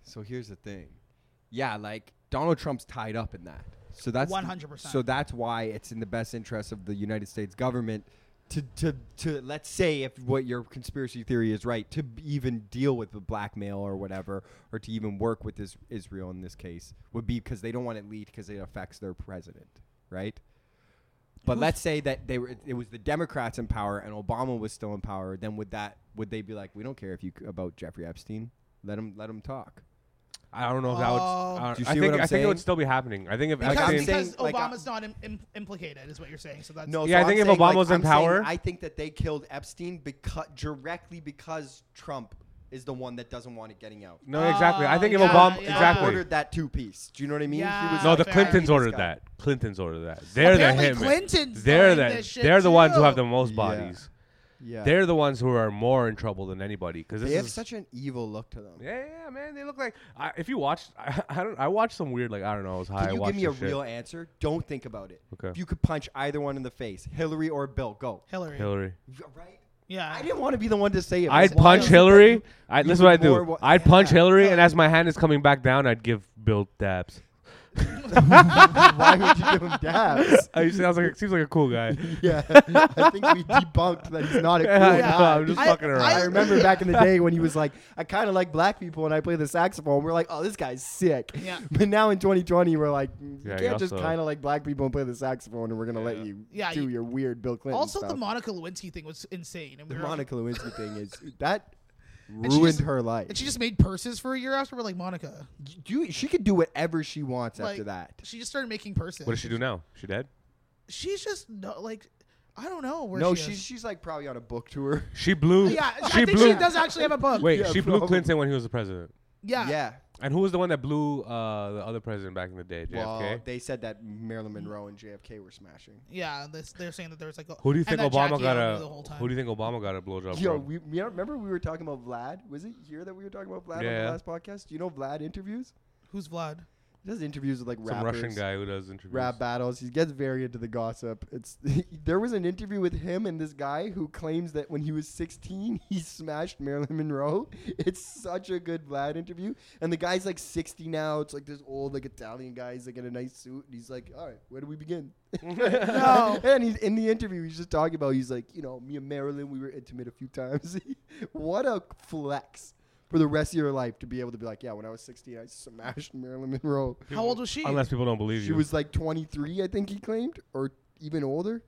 So here's the thing, yeah, like Donald Trump's tied up in that. So that's the-
100%.
So that's why it's in the best interest of the United States government to to to let's say if what your conspiracy theory is right to even deal with the blackmail or whatever or to even work with this Israel in this case would be because they don't want it leaked because it affects their president, right? But let's say that they were it was the Democrats in power and Obama was still in power, then would that would they be like, we don't care if you c- about Jeffrey Epstein, let him let him talk.
I don't know if that would.
Oh.
I,
Do you
I
see
think
what I'm
I think it
saying?
would still be happening. I think if
Because,
Like, I'm
Epstein,
saying-
because
like, uh,
Obama's not im- im- implicated, is what you're saying. So that's
No,
Yeah,
so
I think
I'm
if
saying, like,
Obama was in
I'm saying
power-
I think that they killed Epstein because directly because Trump is the one that doesn't want it getting out.
no, exactly. I think if
Oh, yeah,
Obama,
yeah.
Trump
exactly.
ordered that two piece. Do you know what I mean?
Yeah.
No, the
Fair.
Clintons
This
ordered
guy.
that. Clintons ordered that. They're
Apparently
the hitmen.
Clinton's
They're
doing
the
this shit
they're the ones who
too.
have the most
Yeah.
bodies.
Yeah,
They're the ones who are more in trouble than anybody because
they
this
have
is
such an evil look to them.
Yeah, yeah, yeah, man. They look like I, if you watched. I, I don't. I watched some weird, like I don't know. I was high.
Can
I
you
watched
give me a
this shit.
real answer? Don't think about it.
Okay.
If you could punch either one in the face, Hillary or Bill, go.
Hillary.
Hillary?
Right?
Yeah.
I didn't want to be the one to say it.
I'd
Why
punch
is it that
Hillary.
you-
I,
you
this is what I
would more
do.
wa-
I'd punch
Yeah.
Hillary, and as my hand is coming back down, I'd give Bill dabs.
Why would you give him dabs?
I used to- I was like, seems like a cool guy.
Yeah, I think we debunked that he's not a cool
Yeah, I know,
guy.
I'm just
I-
fucking
I,
around.
remember back in the day when he was like, I kind of like black people and I play the saxophone. We're like, oh, this guy's sick.
Yeah.
But now in 2020, we're like, you
Yeah,
can't just
also-
kind of like black people and play the saxophone, and we're gonna let you
Yeah,
do
you-
your weird Bill Clinton
Also,
stuff.
the Monica Lewinsky thing was insane. And
the
we were-
Monica Lewinsky thing is that
she
ruined
just-
her life.
And she just made purses for a year after. We're like, Monica.
Dude, she could do whatever she wants
Like,
after that.
She just started making purses.
What does she do now? She dead?
She's just no, like, I don't know where
no,
she
she's
is.
she's like probably on a book tour.
She blew.
yeah,
she
I think
blew.
she does actually have a book.
Wait,
Yeah,
she blew
probably.
Clinton when he was the president.
Yeah.
yeah.
And who was the one that blew uh, the other president back in the day? JFK.
Well, they said that Marilyn Monroe and JFK were smashing.
Yeah, this, they're saying that there's like. A,
who do you
and
think
that
Obama
Jackie
got
O knew
a?
The whole time.
Who do you think Obama got a blowjob
Yo,
from?
we you know, remember we were talking about Vlad. Was it here that we were talking about Vlad
Yeah.
on the last podcast? Do you know Vlad interviews?
Who's Vlad?
He does interviews with like
Some
rappers,
Russian guy who does interviews.
rap battles. He gets very into the gossip. It's there was an interview with him and this guy who claims that when he was 16, he smashed Marilyn Monroe. It's such a good Vlad interview. And the guy's like 60 now. It's like this old like Italian guy. He's like in a nice suit, and he's like, "All right, where do we begin?"
No.
And he's in the interview. He's just talking about. He's like, you know, me and Marilyn, we were intimate a few times. what a flex for the rest of your life to be able to be like, yeah, when I was 16, I smashed Marilyn Monroe.
How old was she?
Unless people don't believe
She
you.
was like 23, I think he claimed, or even older.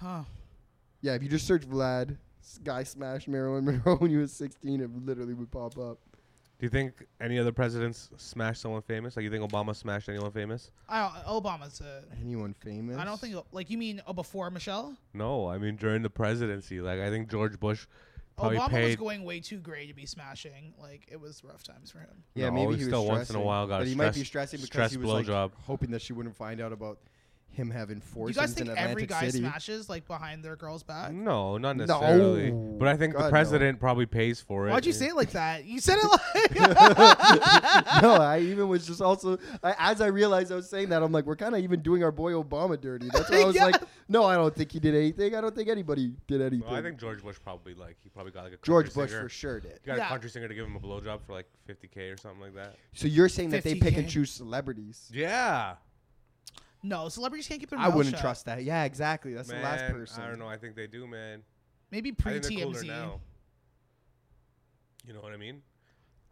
Huh.
Yeah, if you just search Vlad, s- guy smashed Marilyn Monroe when he was 16, it literally would pop up.
do you think any other presidents smashed someone famous? Like you think Obama smashed anyone famous?
I don't, Obama's a.
Anyone famous?
I don't think like you mean oh, before Michelle.
No, I mean during the presidency. Like I think George Bush probably
Obama was
paid.
going way too gray to be smashing. Like it was rough times for him.
Yeah,
No,
maybe
he
he was
still once in a
stressing,
while got
but
a
he might be
stress-
stressing because
stress
he was like,
blowjob.
hoping that she wouldn't find out about him having
Do you
foursomes
guys think
in Atlantic
every guy
City.
smashes like behind their girl's back?
No, not necessarily.
No.
But I think
God,
the
no.
president probably pays for it.
Why'd you
and-
say it like that? You said it like
no, I even was just also I, as I realized I was saying that I'm like, we're kind of even doing our boy Obama dirty. That's why I was
Yeah.
like, no, I don't think he did anything. I don't think anybody did anything.
Well, I think George Bush probably like he probably got like a
George
country
Bush
singer.
for sure did.
He got
Yeah.
a country singer to give him a blowjob for like 50k or something like that.
So you're saying that they pick and
50K.
choose celebrities?
Yeah,
no. Celebrities can't keep their.
I
mouth
wouldn't
shut.
trust that. Yeah, exactly. That's
man,
the last person.
I don't know. I think they do, man.
Maybe
I
pre
think they're cooler
TMZ.
now. You know what I mean?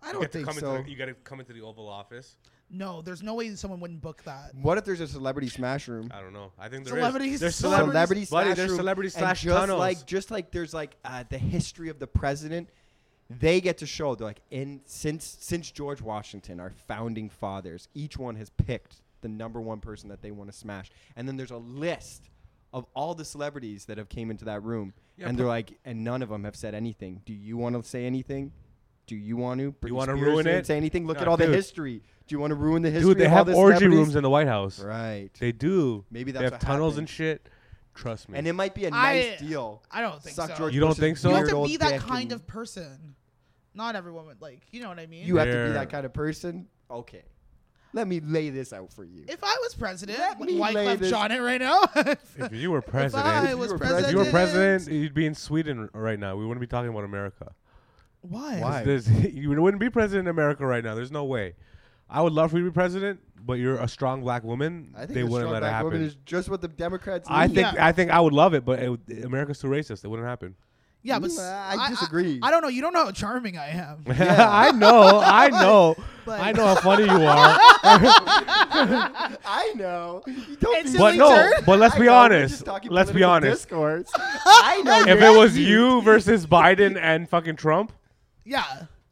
I
you
don't
get to
think
come
so.
Into the, e- you got to come into the Oval Office.
No, there's no way someone wouldn't book that.
What if there's a celebrity smash room?
I don't know. I think there is.
Celebrities
There's
suck.
celebrities.
Celebrity
buddy,
slash
there's
room,
celebrity
and
slash
just
tunnels.
like just like there's like uh, the history of the president. They get to show they're like in since since George Washington, our founding fathers, each one has picked the number one person that they want to smash, and then there's a list of all the celebrities that have came into that room,
Yeah,
and
but-
they're like, and none of them have said anything. Do you want to say anything? Do you want to? Britney
wanna
Spears
ruin
didn't
it?
Say anything? Look
Nah,
at all
dude.
the history. Do you want to ruin the history?
dude, they
of all
have
the
orgy
celebrities?
rooms in the White House.
Right.
They do.
Maybe
they
that's
have
what
tunnels
happened.
and shit. Trust me.
And it might be a nice
I-
deal.
I don't think
Suck
so.
George
You don't
Bush's
think so?
you have
weird
to
old
be that
dick and
kind of person. Not everyone would like. You know what I mean?
You have to be
There.
that kind of person. Okay, let me lay this out for you.
if I was president,
Let me lay
Wyclef
this-
John it right now.
if you were president,
if I
you
was
were
president,
if you were president, you'd be in Sweden r- right now. We wouldn't be talking about America.
why?
Why?
There's, you wouldn't be president in America right now. There's no way. I would love for you to be president, but you're a strong black woman.
I think
they
the
wouldn't
strong
let it
black
happen.
woman is just what the Democrats.
I
need.
think
Yeah.
I think I would love it, but it, would- America's too racist. It wouldn't happen.
Yeah, but
Mm,
s-
I disagree.
I, don't know. You don't know how charming I am.
I know, I know,
But-
I know how funny you are.
I know. You don't
It's
be-
but
Silly
no,
turd.
but let's
I
be
know, we're
honest.
just talking
Let's be
political
honest.
Discourse. I know.
If it was you versus Biden and fucking Trump,
Yeah,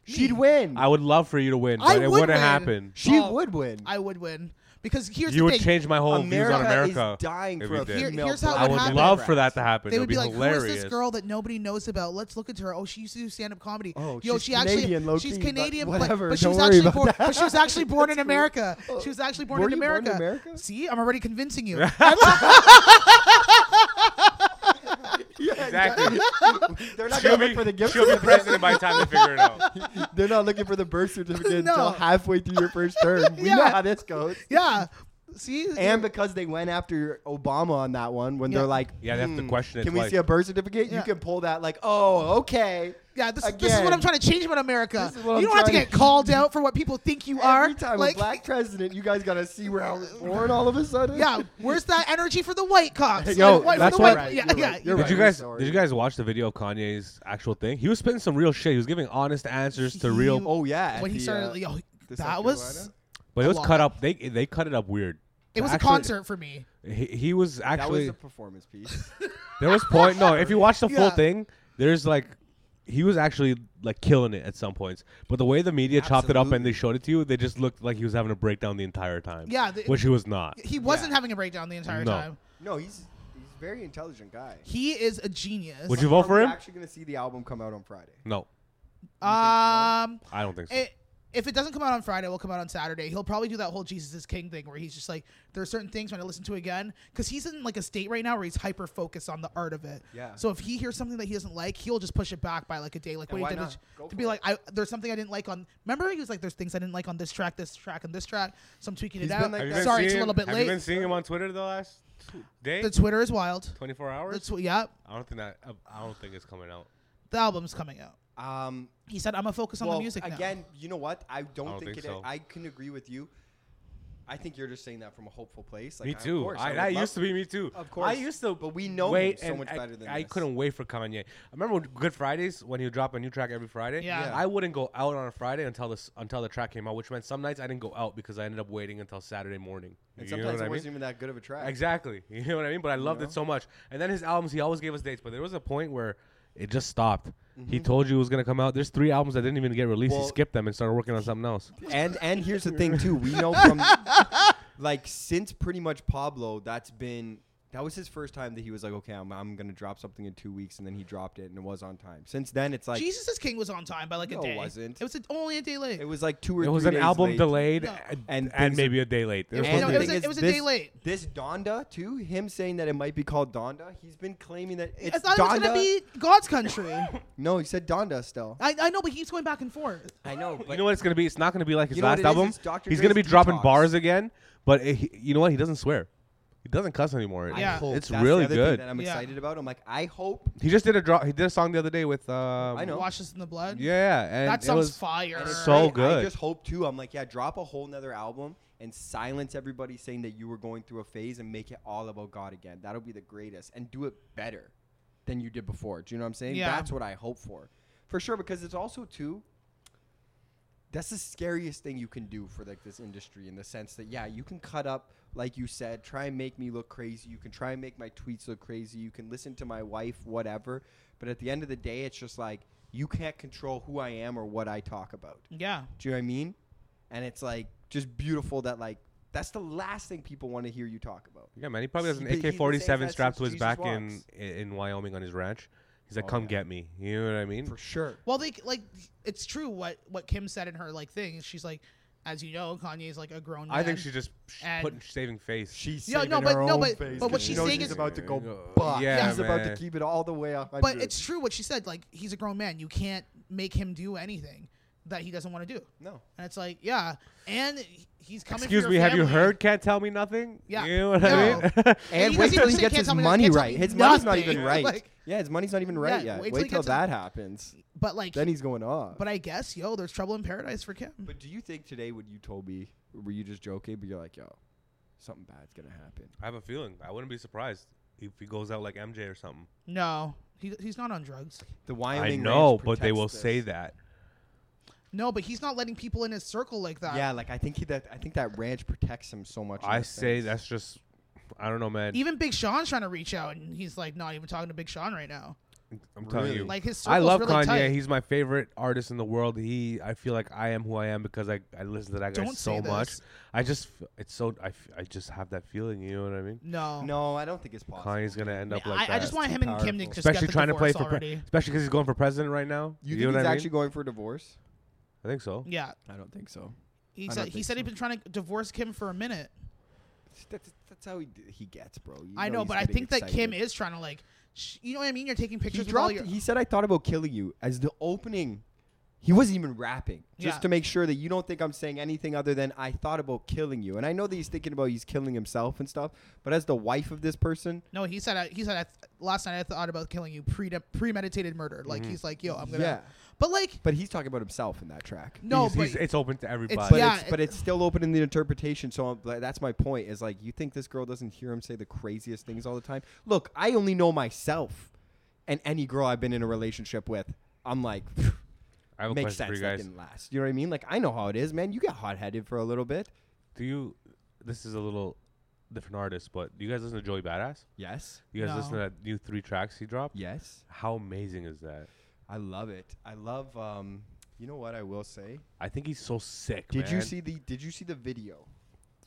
she'd
Me.
win.
I would love for you to win, but
I
it
would
wouldn't
win.
happen.
she
Oh,
would win.
I would win because here's
You
the
would
thing.
change my whole views on America.
is dying
if
for
you
a
did.
Here-
female.
here's how it
black
I would
happen.
love for that to happen.
They
it
would be,
be,
like,
hilarious.
"Who is this girl that nobody knows about? Let's look into her. Oh, she used to do stand-up comedy.
Oh,
Yo,
she's
she
Canadian,
actually
low
she's
key, but
Canadian, but,
whatever,
but she
don't
was
worry
actually
about
born.
that.
But she was actually born
That's
in
cool.
America. She was actually born
Were
in
you born in
America.
America?
See, I'm already convincing you.
Yeah,
Exactly.
They're not
She'll
going
be,
for the gift.
she'll be president by the time they figure it out.
They're not looking for the birth certificate
No.
until halfway through your first term. We know
Yeah.
how this goes.
yeah. See,
And because they went after Obama on that one, when
Yeah.
they're like,
Yeah, they have to
"Hmm,
question it
Can we
twice."
see a birth certificate?
Yeah.
You can pull that, like, oh, okay.
Yeah, this, this is what
Again.
I'm trying to change about America.
This
You
is what I'm
don't have to
trying
get
to-
called out for what people think you are.
Every time
like,
a black president, you guys gotta see where I was born all of a sudden.
yeah, where's that energy for the white cops?
Yo,
Like, white- for
that's
the
what-
white-
right,
yeah,
you're
yeah.
right, you're
Did you
I'm
guys?
sorry.
Did you guys watch the video of Kanye's actual thing? He was spitting some real shit. He was giving honest answers to real
He-
Oh yeah. at
When he
the,
started,
uh,
yo,
the
that
South
was
Carolina?
But
A
it was
lot.
cut up. They they cut it up weird.
it was
Actually,
a concert for me.
He, he was
that
actually
was a performance piece.
there was point. No, if you watch the full
Yeah.
thing, there's like he was actually like killing it at some points. But the way the media chopped it up and they showed it to you, they just looked like he was having a breakdown the entire time.
Yeah, the-
which he was not.
He wasn't having a breakdown the entire
No.
time.
no, he's he's very intelligent guy.
He is a genius.
Would you vote
Are
for
we
him?
Actually, gonna see the album come out on Friday.
No,
um,
I don't think so.
it, if it doesn't come out on Friday, it will come out on Saturday. He'll probably do that whole Jesus is King thing where he's just like, there are certain things when I listen to again, because he's in like a state right now where he's hyper focused on the art of it.
Yeah.
So if he hears something that he doesn't like, he'll just push it back by like a day. Like
And
what
why
he did
not?
was-
Go
to
for
be
it.
like, I there's something I didn't like on. Remember, he was like, there's things I didn't like on this track, this track, and this track. So I'm tweaking
He's
it
been
out.
like Have you that. been
eh, Sorry, it's a
seeing-
little bit
Have
late.
you been seeing him on Twitter the last two- day?
the Twitter is wild.
24 hours?
The tw- yeah,
I don't think that. I don't think it's coming out.
the album's coming out.
Um,
He said, I'm gonna focus on
well,
the music now.
again, you know what? I don't,
don't
think,
think
it.
so.
I can agree with you. I think you're just saying that from a hopeful place. Like,
me
I- of
too.
course,
I,
would
that
love-
used to be me too.
Of course.
I used to.
But we know him
wait
so
and
much
I,
better than
I
this.
couldn't wait for Kanye. I remember with Good Fridays when he would drop a new track every Friday.
Yeah. Yeah.
I wouldn't go out on a Friday until this until the track came out, which meant some nights I didn't go out because I ended up waiting until Saturday morning.
And
you know
sometimes it
what I mean?
wasn't even that good of a track.
Exactly. You know what I mean? But I loved it so much. And then his albums, he always gave us dates, but there was a point where it just stopped. He told you it was gonna come out. There's three albums that didn't even get released.
Mm-hmm. Well-
he skipped them and started working on something else.
And and here's the thing too. We know from like since pretty much Pablo, that's been that was his first time that he was like, okay, I'm I'm gonna drop something in two weeks, and then he dropped it and it was on time. Since then, it's like
Jesus is King was on time by like a
No, it
day.
wasn't.
It was a- only a day late.
it was like two or
It was
three
an
days
album
late.
delayed
No.
and,
And
and,
things-
maybe a day late. They were
Yeah,
And
supposed to
no,
the
be
it was
thing
a-
is,
it was a
this,
day late.
This Donda too, him saying that it might be called Donda. He's been claiming that it's
I thought it was
Donda.
gonna be God's country.
no, he said Donda still.
I, I know, but he keeps going back and forth.
I know, but
you know what it's gonna be? It's not gonna be like his
You know what
last
it is?
album.
It's Dr.
He's gonna be
Dre's
dropping
Detox.
bars again, but it, he, you know what? He doesn't swear. He doesn't cuss anymore.
I
Yeah.
hope.
it's
That's the
really
other Thing
good.
that I'm
Yeah.
excited about. I'm like, I hope.
He just did a drop. He did a song the other day with. Um,
I know.
Wash us in the blood.
Yeah, and
that
it
sounds
was-
fire.
And it's
So
great. I
good.
just hope too. I'm like, yeah, drop a whole nother album and silence everybody saying that you were going through a phase and make it all about God again. That'll be the greatest. And do it better than you did before. Do you know what I'm saying?
Yeah.
That's what I hope for. For sure, because it's also too that's the scariest thing you can do for like this industry in the sense that yeah, you can cut up like you said, try and make me look crazy. You can try and make my tweets look crazy. You can listen to my wife, whatever. But at the end of the day, it's just like you can't control who I am or what I talk about.
Yeah.
Do you know what I mean? And it's like just beautiful that like that's the last thing people want to hear you talk about.
Yeah, man, he probably has
He-
an
he- he's the
AK forty
same
seven
as
strapped to
since
his back
Jesus
in,
walks.
in Wyoming on his ranch. He's like,
Oh,
"Come
yeah.
get me." You know what I mean?
For sure.
Well, they like it's true what what Kim said in her like thing. She's like, as you know, Kanye's like a grown. Man.
I think she's just sh-
And-
putting saving face.
She's
Yeah,
saving
no, but-
her
no,
own
but-
face
but what
'cause she
she's
knows
saying
she's
is-
about to go
Yeah,
buck.
yeah,
she's about to
man.
keep it all the way up.
But it's true what she said. Like he's a grown man. You can't make him do anything that he doesn't want to do.
no.
And it's like, yeah, and he- he's coming. for
Excuse
your
me, have you
family.
heard? Can't tell me nothing.
Yeah.
You know what
No.
I mean?
And
he
wait
doesn't
till he
even say
gets
can't
his
tell me-
money
can't tell
right.
me
His money's not
nothing.
even right.
Like-
yeah, his money's not even right
Yeah,
yet.
wait
Wait,
till he
till
gets
that happens.
But like,
Then he's going off.
but I guess yo, there's trouble in paradise for Kim.
But do you think today when you told me, were you just joking? But you're like, yo, something bad's gonna happen.
I have a feeling. I wouldn't be surprised if he goes out like MJ or something.
No, he, he's not on drugs.
The
I,
Wyoming.
know,
ranch
but they
protects
will
this.
say that.
No, but he's not letting people in his circle like that.
Yeah, like I think he, that I think that ranch protects him so much. in
I
that
say
sense.
that's just. I don't know, man.
Even Big Sean's trying to reach out, and he's like not even talking to Big Sean right now.
I'm telling
Really?
you.
Like his circle's
I love
really
Kanye.
tight.
He's my favorite artist in the world. He, I feel like I am who I am because I, I listen to that guy
Don't
so
say
much.
this.
I just, f- it's so, I, f- I just have that feeling. You know what I mean?
no,
No, I don't think it's possible.
Kanye's gonna end up
I,
like
I
that.
just want
Too
him and Kim to
powerful.
just
especially
get the
trying to play
divorce
for, pre-
already.
especially because he's going for president right now.
You,
know
think
what
he's
I mean?
actually going for divorce?
I think so.
yeah,
I don't think so.
he
I
said
don't
he
think
said he'd
so.
been trying to divorce Kim for a minute.
That's, that's how he, d- he gets, bro. You
I know,
he's
but I
getting
think that Kim
excited.
is trying to like, sh- you know what I mean? You're taking
He
pictures with all
dropped.
your.
He said, "I thought about killing you." As the opening, he wasn't even rapping, just
Yeah.
to make sure that you don't think I'm saying anything other than I thought about killing you. And I know that he's thinking about he's killing himself and stuff. But as the wife of this person,
no, he said I, he said I th- last night I thought about killing you, pre- premeditated murder. Like he's like, yo, I'm gonna.
Yeah.
But like,
but he's talking about himself in that track.
no,
He's-
but
he's- it's open to everybody.
But
Uh, Yeah,
it's, but
it-
it's still open in the interpretation. So I'm, like, that's my point. Is like you think this girl doesn't hear him say the craziest things all the time. Look, I only know myself, and any girl I've been in a relationship with, I'm like,
I have a
makes
question for
sense
you
that
guys.
didn't last. You know what I mean? Like I know how it is, man. You get hot headed for a little bit.
Do you? This is a little different artist, but do you guys listen to Joey Badass?
Yes,
You guys
No.
listen to that new three tracks he dropped?
yes,
How amazing is that?
I love it. I love. Um, you know what I will say?
I think he's so sick.
Did you
man.
see the Did you see the video?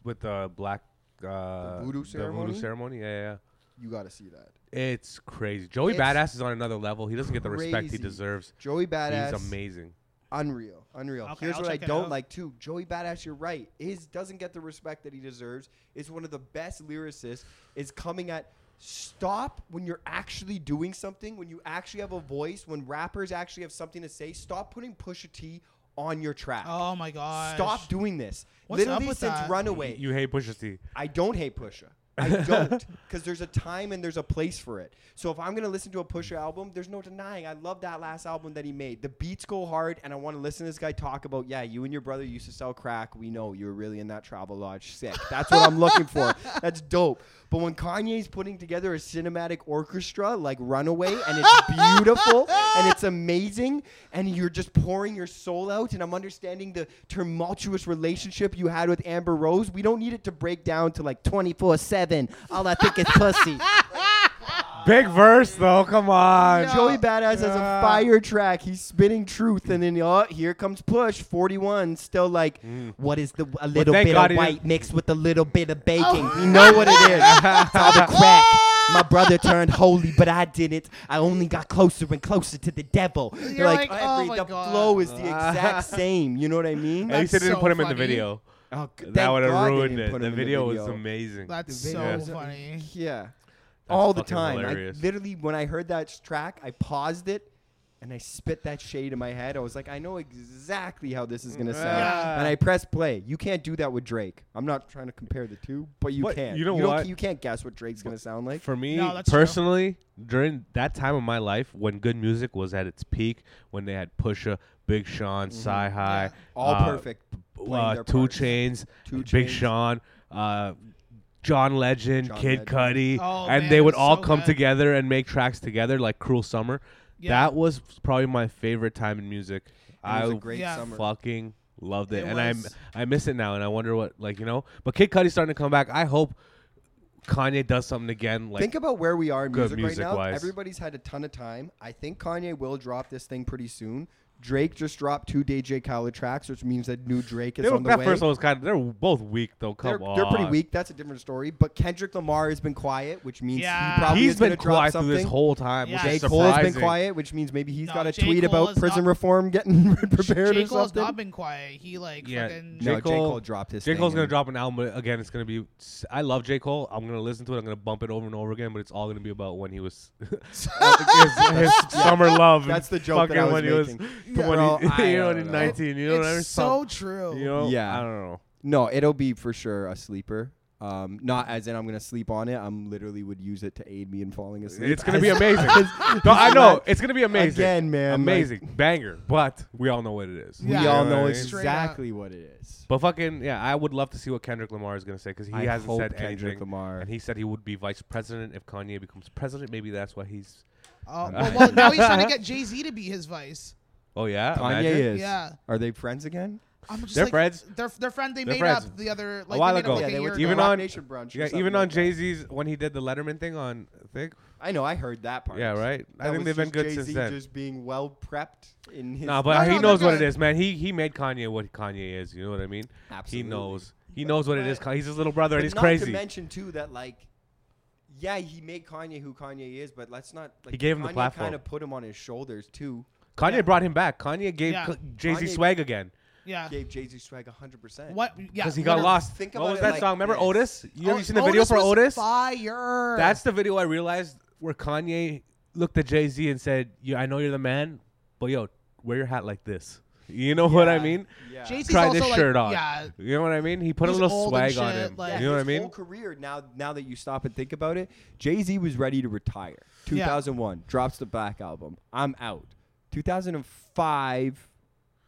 with the black uh,
voodoo
The voodoo
ceremony?
ceremony? Yeah, yeah. yeah.
You got to see that.
It's crazy. Joey
It's
Badass is on another level. He doesn't get the respect he
crazy.
deserves.
Joey Badass.
He's amazing.
Unreal, unreal.
Okay,
Here's
I'll
what I
check it
don't
out.
like too. Joey Badass, you're right. His doesn't get the respect that he deserves. Is one of the best lyricists. Is coming at stop when you're actually doing something. When you actually have a voice. When rappers actually have something to say. Stop putting Pusha T on your track.
Oh my god.
stop doing this.
What's up
Literally
with
since
that?
Runaway,
You hate Pusha T.
I don't hate Pusha. I don't, because there's a time and there's a place for it. So if I'm gonna listen to a Pusha album, there's no denying I love that last album that he made. The beats go hard, and I want to listen to this guy talk about, yeah, you and your brother used to sell crack. We know you were really in that travel lodge. Sick. That's what I'm looking for. That's dope. But when Kanye's putting together a cinematic orchestra like Runaway, and it's beautiful and it's amazing, and you're just pouring your soul out, and I'm understanding the tumultuous relationship you had with Amber Rose. We don't need it to break down to like 24 7. All I think is pussy. Uh,
Big verse though. Come on.
Joey Badass has a
Yeah.
fire track. He's spitting truth, and then oh, here comes Push 41. Still like, what is the a little
Mm. thank
bit
God
of
he
white
didn't- Oh.
mixed with a little bit of baking? We know what it is. It's all the crack. My brother turned holy, but I didn't. I only got closer and closer to the devil.
You're like, oh my
the
God.
flow is the exact same. You know what I mean?
At least they
That's
didn't
so
put him in the
funny.
video.
Oh, g-
That
thank
would have
God they
ruined
didn't
it.
put
The
him in
video was
video.
amazing.
That's
The
so
video
is-
funny.
Yeah. All the
fucking
time.
hilarious.
I literally when I heard that track, I paused it and I spit that shade in my head. I was like, I know exactly how this is gonna
Mm.
sound.
Yeah.
And I pressed play. You can't do that with Drake. I'm not trying to compare the two, but you
But
can.
you know
don't-
what?
You can't guess what Drake's gonna sound like.
For me
No, that's true.
personally, during that time of my life when good music was at its peak, when they had Pusha, Big Sean, Sci High,
Yeah.
Mm-hmm. All
uh,
perfect. playing
uh,
their
Two
parts.
Chains,
Two
Big
Chainz.
Sean, uh, John Legend,
John
Kid
Legend.
Cudi,
Oh,
and
man,
they
it
would
was
all
so
come
good.
together and make tracks together like "Cruel Summer."
Yeah.
That was probably my favorite time in music.
It was
I
a great
Yeah.
summer.
fucking loved it,
It
and I
was.
I miss it now, and I wonder what like you know. But Kid Cudi's starting to come back. I hope Kanye does something again. Like
Think about where we are in
good
music, right now.
music-wise.
Everybody's had a ton of time. I think Kanye will drop this thing pretty soon. Drake just dropped two DJ Khaled tracks, which means that new Drake is
They were-
on the
that
way.
first one was kind of. They're both weak though. Come
they're,
on,
they're pretty weak. That's a different story. But Kendrick Lamar has been quiet, which means
Yeah.
he probably
He's
is gonna
been
drop
quiet through
something.
this whole time.
Yeah.
Which
J.
is
Cole has been
surprising.
quiet, which means maybe he's
No,
got a
J.
tweet
Cole
about
has
prison
not-
reform getting prepared
J.
or
Cole's
something.
not been quiet. He like
Yeah,
fucking.
J.
no, J. Cole,
Cole-
dropped his.
J.
thing
Cole's gonna
and-
drop an album again. It's gonna be. I love J. Cole. I'm gonna listen to it. I'm gonna bump it over and over again. But it's all gonna be about when he was his, his summer love.
That's the
and
joke that I
fucking
was
when
making.
he was
Yeah.
20,
Bro, I
you know,
don't
when he's
know.
19. You know what I mean?
it's so true.
You know?
Yeah.
I don't know.
No, it'll be for sure a sleeper. Um, not as in I'm gonna sleep on it. I'm literally would use it to aid me in falling asleep.
It's gonna
As-
be amazing. no, I know
not-
it's gonna be amazing.
Again, man, like-
amazing banger. But we all know what it is.
We
Yeah.
all
You
know
what I mean?
Straight
exactly what it is.
But fucking yeah, I would love to see what Kendrick Lamar is gonna say because he
I
hasn't
hope
said
Kendrick
anything.
Lamar-
And he said he would be vice president if Kanye becomes president. Maybe that's why he's.
Oh, well, well, now he's trying to get Jay Z to be his vice.
Oh yeah,
Kanye
imagine.
is.
Yeah.
Are they friends again?
I'm just
They're
like,
friends.
They're, they're friends. They
They're
made
friends.
up the other like,
while
they made
ago.
Up, like,
yeah,
a
they
year
went to
ago.
Even
the Rock
on-
Nation brunch. or
Yeah,
something
even
like
on
that.
Jay Z's when he did the Letterman thing on thing.
I know. I heard that part.
Yeah, right.
That
I think
was
they've been
just
good
Jay-Z
since then.
Just being well prepped in his.
Nah, but
No,
he
no, they're
knows what it
good.
is, man. He he made Kanye what Kanye is. You know what I mean?
Absolutely.
He knows. He knows what it is.
but-
He's his little brother,
but
and he's
not to
crazy.
mention too that like, yeah, he made Kanye who Kanye is, but let's not. Like,
He gave him the
Kanye
platform.
Kind of put him on his shoulders too.
Kanye brought him back. Kanye gave
Yeah.
Jay Z
Kanye-
swag again
yeah.
Gave Jay Z swag hundred percent.
What? Yeah.
because he got
literally.
lost.
Think
what
about
was
it
that
like
song? Remember
this.
Otis? You ever
Oh,
seen the video for
was
Otis?
Fire.
That's the video I realized where Kanye looked at Jay Z and said, "You, I know you're the man, but yo, wear your hat like this." You know what I mean?
Yeah.
Jay-Z's
Try
also
this
like,
shirt on.
Yeah.
You know what I mean? He put a
He's
little
old and
swag on
shit,
him.
like-
Yeah,
you know what I
his
mean?
Whole career now. Now that you stop and think about it, Jay Z was ready to retire.
Yeah.
2001 drops the Black album. I'm out. 2005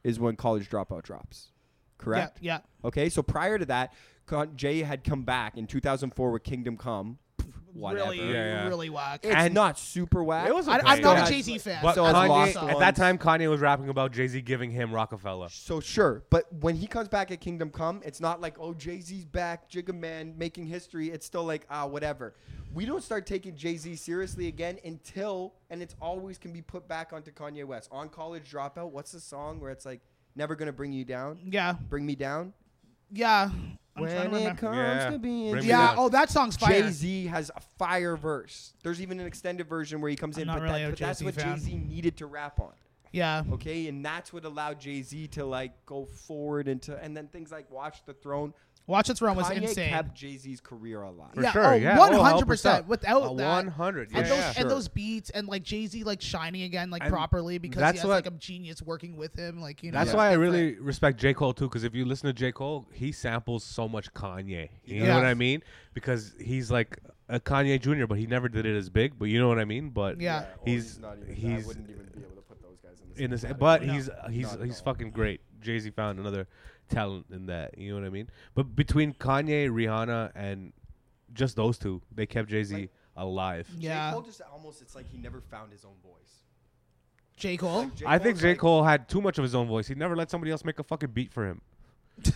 is when College Dropout drops.
Yeah.
Correct.
Yeah.
Okay, so prior to that, Con- Jay had come back in 2004 with Kingdom Come. Pff, Whatever.
Really,
Yeah, yeah.
really whack.
It's
And-
not super whack.
It was
I,
okay.
I'm not
Yeah.
a Jay Z fan.
But
So
I
it's
don't
Kanye,
lost
think so.
at that time, Kanye was rapping about Jay Z giving him Rockefeller.
So sure, but when he comes back at Kingdom Come, it's not like oh Jay Z's back, Jigga Man making history. It's still like ah whatever. We don't start taking Jay Z seriously again until, and it's always can be put back onto Kanye West on College Dropout. What's the song where it's like never gonna bring you down,
Yeah.
bring me down?
Yeah. I'm trying to remember.
comes
Yeah.
being
Bring me
yeah.
down.
Oh, that song's fire.
Jay Z has a fire verse. There's even an extended version where he comes
I'm
in,
not
but,
really
that,
a
but that's
Jay-Z
what Jay
fan.
Z needed to rap on.
Yeah.
Okay, and that's what allowed Jay Z to like go forward into, and then things like Watch the Throne.
Watch Its Throne was
Kanye
insane.
kept Jay Z's career alive.
For
yeah,
sure,
oh,
yeah.
100%. Without that-
one hundred, yeah,
and, those,
yeah.
and
Sure.
those beats and like Jay Z like shining again like
And
properly because
that's
he has
what-
like a genius working with him like you know
That's
it's
why I
different.
really respect J. Cole too, because if you listen to J. Cole, he samples so much Kanye. You know
does.
what I mean? Because he's like a Kanye Jr., but he never did it as big. But you know what I mean? But
Yeah.
or
he's
not even. I
he's
wouldn't even be able to put those guys in the same.
in this,
category.
but
No.
he's he's
Not at
he's
all.
fucking great. Jay Z found another talent in that. You know what I mean? But between Kanye, Rihanna, and just those two, they kept Jay Z
Like-
alive.
J.
yeah
Cole just almost it's like he never found his own voice.
J Cole
Like, J.
I think
Cole's
J.
like-
Cole had too much of his own voice. He never let somebody else make a fucking beat for him. it's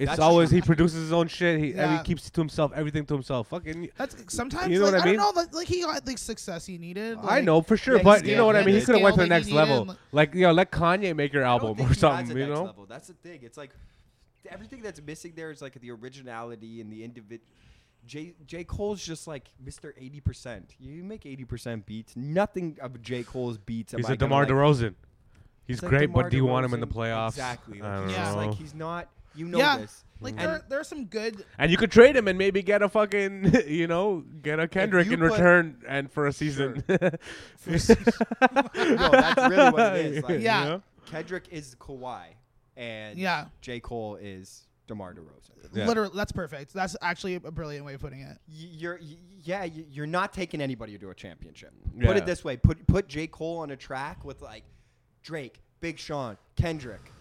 That's
always he produces his own shit. He, and
Yeah.
he keeps to himself everything to himself. Fucking,
that's sometimes
You know
like,
what I
I,
mean?
don't know like, like he got like success he needed
I
like-
know for sure,
yeah,
but
he's
you know what I
good.
mean. He
Yeah,
could have went to the
he's
next
scaled, like, he
level.
needed,
Like you know, let Kanye make your
I don't
album
think he
or
has
something.
a
You
next
know,
level. That's the thing. It's like everything that's missing there is like the originality and the individual. J. J. Cole's just like Mr. 80%. You make 80% beats. Nothing of J. Cole's beats. am
he's
I
a
gonna,
Demar
like-
Derozan. He's
It's like
great,
DeMar
but do you want him in the
DeRozan.
playoffs?
Exactly.
I
Like,
don't
he's just
know.
like he's not. You know
yeah
this.
like
And
there there are some good
and you could trade him and maybe get a fucking, you know, get a Kendrick
you
in
put-
return and for a season.
no, that's really what it is. Like,
Yeah.
Kendrick is Kawhi, and
Yeah.
J. Cole is Demar Derozan.
Yeah.
literally that's perfect that's actually a brilliant way of putting it
y- you're y- yeah y- you're not taking anybody to a championship. Put
Yeah.
it this way: put put J Cole on a track with like Drake, Big Sean, Kendrick.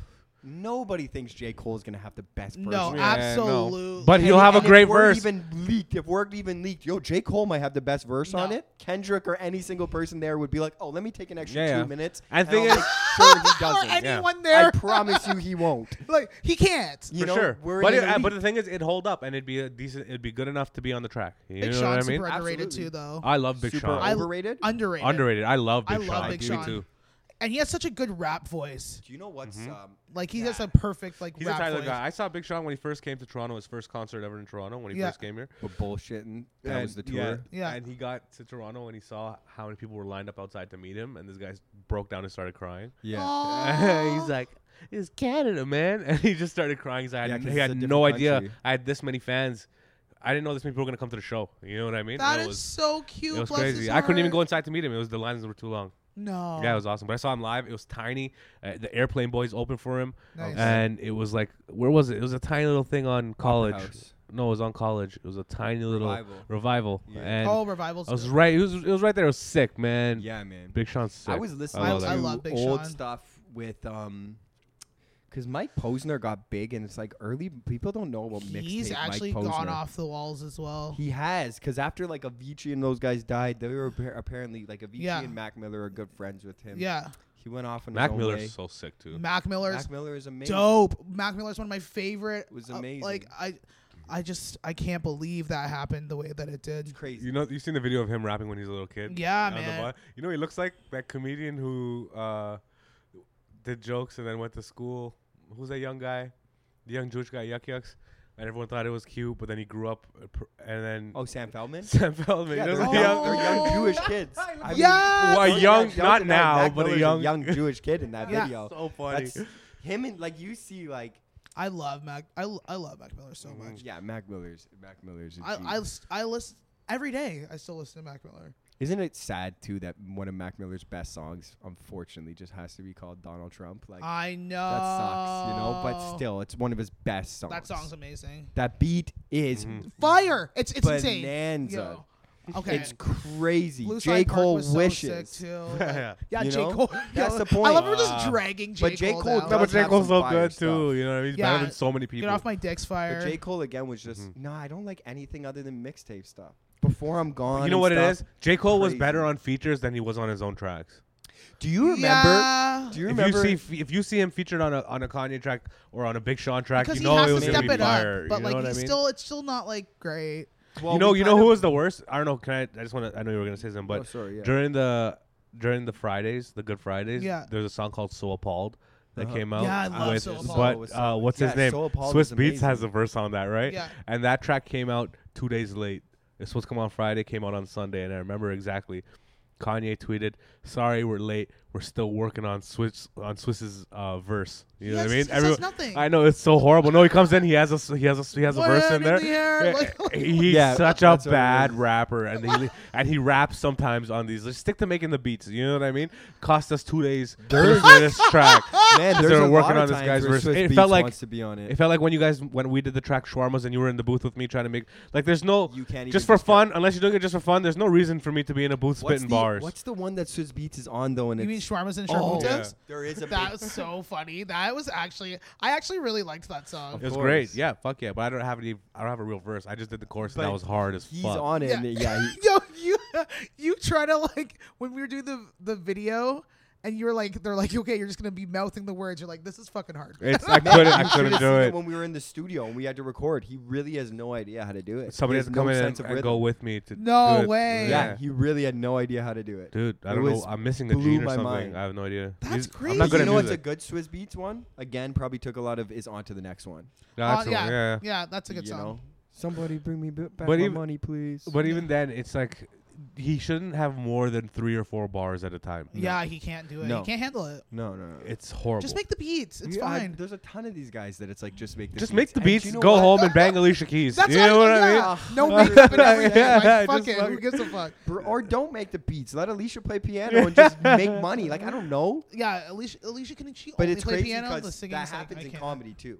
Nobody thinks J Cole is gonna have the best. Version.
Yeah,
no
no.
absolutely
But he'll
And-
have a
and if
great
word
verse.
Even leaked, if word even leaked, yo, J Cole might have the best verse on
No.
it. Kendrick or any single person there would be like, oh, let me take an extra
Yeah, yeah.
two minutes.
I
and
think
I'll
it-
make sure he doesn't.
or anyone
I
there
promise you, he won't.
like he can't
You
for
know,
sure.
we're
but
in
it-
an
uh, but
elite-
the thing is, it hold up and it'd be a decent. It'd be good enough to be on the track. You
Big
know
Sean
what I mean?
super underrated too
Absolutely.
though
I love Big
Super
Sean.
I-
overrated.
underrated
underrated. I love Big
I
Sean.
love Big
Me
Sean
too.
and he has such a good rap voice
Do you know what's
Mm-hmm.
um,
like he
Yeah.
has a perfect like
He's
rap
a Tyler
voice.
guy. I saw Big Sean when he first came to Toronto. His first concert ever in Toronto when he
Yeah.
first came here.
We're bullshitting. That
And-
was the
yeah,
tour.
Yeah.
And he got to Toronto and he saw how many people were lined up outside to meet him. And this guy broke down and started crying.
Yeah.
he's like, "It's Canada, man," and he just started crying. He's like,
Yeah,
I
'cause
had, he
it's a
had
different
no idea
country.
I had this many fans. I didn't know this many people were gonna come to the show. You know what I mean?
That
And
is
it was,
so cute.
it was
bless his
crazy. I couldn't even go
heart.
inside to meet him. It was the lines were too long.
No.
Yeah, it was awesome. But I saw him live. It was tiny. Uh, the airplane boys opened for him,
Nice.
and it was like, where was it? It was a tiny little thing on college.
House.
No, it was on college. It was a tiny little
Revival.
revival.
Yeah.
And
oh, revivals.
I was
good.
right. It was it was right there. It was sick, man.
Yeah, man.
Big Sean's sick.
I was listening
love
to
that.
I love Big
old
Sean.
stuff with um, because Mike Posner got big, and it's like early people don't know about mixtape.
He's
Mike
actually
Posner.
gone off the walls as well.
He has, because after like Avicii and those guys died, they were appa- apparently like Avicii
Yeah.
and Mac Miller are good friends with him.
yeah.
he went off on
Mac
his own way.
Miller's so sick too.
Mac Miller's
Mac Miller is amazing.
dope. Mac Miller's one of my favorite.
It was
uh, like
amazing.
I, I just I can't believe that happened the way that it did.
It's crazy.
You know, you've seen the video of him rapping when he's a little kid.
Yeah,
on the
man.
bus. You know, he looks like that comedian who uh, did jokes and then went to school. Who's that young guy? The young Jewish guy, Yuck Yucks. And everyone thought it was cute, but then he grew up, uh, pr- and then
oh, Sam Feldman.
Sam Feldman.
Yeah,
he
they're,
looks
young,
like a
Oh.
they're
young-
young Jewish kids. I mean,
Yeah.
Why
Well,
young-
yeah,
not
Duncan
now,
Mac
but a
Miller's
young-
young Jewish kid in that
Yeah.
video.
So funny.
That's him and like you see like
I love Mac. I, l- I love Mac Miller so much.
yeah, Mac Miller's Mac Miller's. a
I
G.
I lis- I listen every day. I still listen to Mac Miller.
Isn't it sad too that one of Mac Miller's best songs, unfortunately, just has to be called Donald Trump? Like
I know
that sucks, you know. But still, it's one of his best songs.
Oh. that song's amazing.
That beat is
Mm-hmm.
Fire! It's it's insane.
Bonanza.
Yo. Okay.
it's crazy.
Blue
J
Side Park
Cole
was so
wishes.
sick, too. Like, yeah,
You
J
know?
Cole.
That's
Yo,
the point. Ah.
I love her just
Wow.
dragging J.
But J.
Cole,
Cole
down.
No, but
does
J.
have
Cole's
some
so
fire
good
stuff.
too. You know what I mean? He's
Yeah.
better than so many people.
Get off my dick's fire.
But J Cole again was just no. I don't like anything other than mixtape stuff. Before I'm gone.
Mm-hmm. you know
and
what it
stuff.
is? J. Cole was
Crazy.
better on features than he was on his own tracks.
Do you remember?
Yeah.
Do you
If
remember?
you see if you see him featured on a on a Kanye track or on a Big Sean track,
because
you
he
know
has
it
to
was
step
gonna be
it
fire.
up, but
you
like
know what I
he's
mean?
still it's still not like great.
Well,
you know,
we
you
kind
know
of-
who was the worst? I don't know. Can I? I just want to. I know you were gonna say something, but
Oh, sorry, yeah.
during the during the Fridays, the Good Fridays,
Yeah.
there's a song called "So Appalled" that
Uh-huh.
came out.
Yeah, I love
with-
Soul Apollo.
Soul
But
was
uh,
solid.
what's his
Yeah,
name?
Soul Apollo
Swiss
is
Beats has a
amazing.
verse on that, right?
Yeah.
And that track came out two days late. It's supposed to come on Friday. Came out on Sunday, and I remember exactly. Kanye tweeted, "Sorry, we're late. We're still working on Swiss on Swiss's uh, verse." You know
Yes,
what I mean?
it says nothing.
I know it's so horrible. No, he comes in. He has a s- he has a s- he has a
What
verse in
happened
there.
here?
Yeah,
Like-
He's
Yeah,
such a
that's what it
bad
is.
rapper, and he and he raps sometimes on these. Let's stick to making the beats. You know what I mean? Cost us two days to
There's-
listen to this track.
Man,
So
there's
we're
a
working
lot
on
of
this
times
guy's
where
verse.
Swiss
It
Beats
felt like-
wants to be on it.
It felt like when you guys when we did the track Shawarmas and you were in the booth with me trying to make like there's no
You can't
just
even
for
just get-
fun unless you're doing it just for fun. There's no reason for me to be in a booth
what's
spitting
the,
bars.
What's the one that Swiss Beats is on though? And
You mean
it's
shawarmas and
oh,
sharmutas?
Yeah.
there is a
That
big,
was so funny. That was actually I actually really liked that song.
it was
course.
great, yeah, fuck yeah. But I don't have any. I don't have a real verse. I just did the chorus and
But
that was hard as
he's
fuck.
on it. and it- yeah he,
Yo, you you try to like when we were doing the the video and you're like they're like okay you're just gonna be mouthing the words you're like this is fucking hard.
It's I couldn't I
You should've
couldn't
seen
do it.
when we were in the studio and we had to record. He really has no idea how to do it.
Somebody
He
has to
no
come in
sense
and,
of
and
rhythm.
go with me to.
No
do it.
way.
Yeah, he really had no idea how to do it.
Dude, I
It
don't know.
was-
I'm missing a
blew
gene or
my
something.
mind.
I have no idea.
That's
He's- I'm
crazy.
not
But
good
you
at
know what's a
music.
good Swiss Beats one? Again, probably took a lot of is on to the next one.
No,
Uh,
that's a-
yeah,
yeah.
yeah, that's a good
you
song.
Know? Somebody bring me b- back
But
my
even-
money, please.
But even then, it's like he shouldn't have more than three or four bars at a time.
Yeah, he can't do it.
No.
He can't handle it.
no, no, no.
It's horrible.
Just make the beats. It's
Yeah, I-
fine.
there's a ton of these guys that it's like just make the
Just
beats.
make the
And do
beats,
you know
go
what?
home and bang Alicia Keys.
That's
you know
what,
what I mean?
yeah. No
Uh,
makeup and everything.
yeah,
like, fuck
just
it.
fuck-
Who gives a fuck?
Br- Or don't make the beats. Let Alicia play piano and just make money. Like I don't know.
Yeah, Alicia, Alicia can she
But
only
it's
play
crazy
piano? The
because
singing
that
is like,
happens
I
in
can't.
comedy too.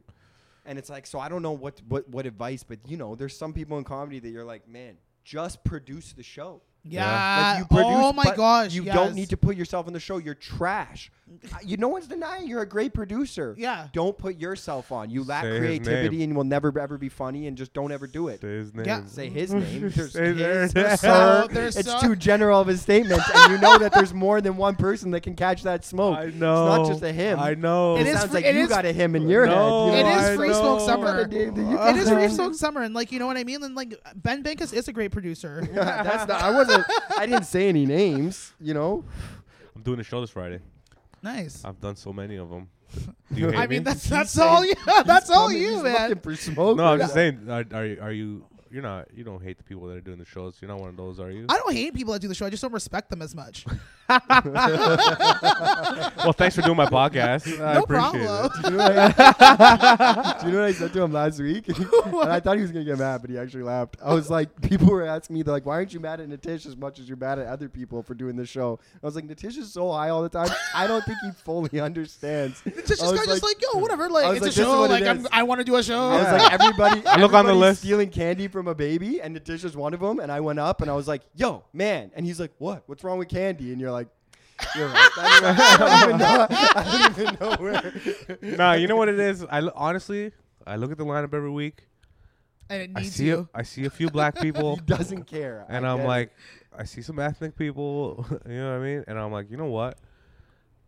And it's like, so I don't know what, what what advice, but you know, there's some people in comedy that you're like, man, just produce the show.
Yeah.
like you produce,
oh my
but
gosh.
you
yes.
don't need to put yourself on the show. You're trash. Uh, you no one's denying you're a great producer.
Yeah.
Don't put yourself on. You lack
Say his
creativity
name.
and will never ever be funny. And just don't ever do it.
Say his name.
Yeah.
Say his name. There's
Say
his,
their
there's
name.
her.
So- there's
it's
so-
too general of a statement, and you know that there's more than one person that can catch that smoke.
I know.
It's not just a him.
I know.
It,
It is
sounds
free-
like
it
you
is-
got a him in your
No,
head. You
It
know?
is
I
free smoke
know.
summer.
It
It is Reef Soak Summer, and like you know what I mean. And like Ben Bankus is a great producer.
That's not. I wasn't. I didn't say any names. You know.
I'm doing a show this Friday.
Nice.
I've done so many of them. Do you hate
I
me?
mean, that's
He's
that's
saying-
all you.
he's
That's all
coming,
you,
he's
man.
Looking for smoke.
no. I'm just
Yeah.
saying. Are, are you- are you? You're not. You don't hate the people that are doing the shows. You're not one of those, are you?
I don't hate people that do the show. I just don't respect them as much.
well, thanks for doing my podcast. I
no
appreciate
problem.
Do you, know what I, do you know what I said to him last week? and I thought he was gonna get mad, but he actually laughed. I was like, people were asking me, they're like, "Why aren't you mad at Natish as much as you're mad at other people for doing this show?" I was like, "Natish is so high all the time. I don't think he fully understands."
It's just,
I was
kinda just like, yo, whatever.
I
Like,
was
it's
like,
a
this is
show.
what it
Like, I'm,
is.
I want to do a show.
I was like, everybody,
I look on the
everybody's
list.
stealing candy from a baby, and Natish was one of them. And I went up and I was like, "Yo, man!" And he's like, "What? What's wrong with candy?" And you're like. You're right. I don't even know. I don't even know where.
it. Nah, you know what it is. I lo- honestly, I look at the lineup every week.
and it
I
needs
see.
you.
A, I see a few black people.
He doesn't care.
and
I
I'm
get it.
like, I see some ethnic people, you know what I mean? And I'm like, you know what?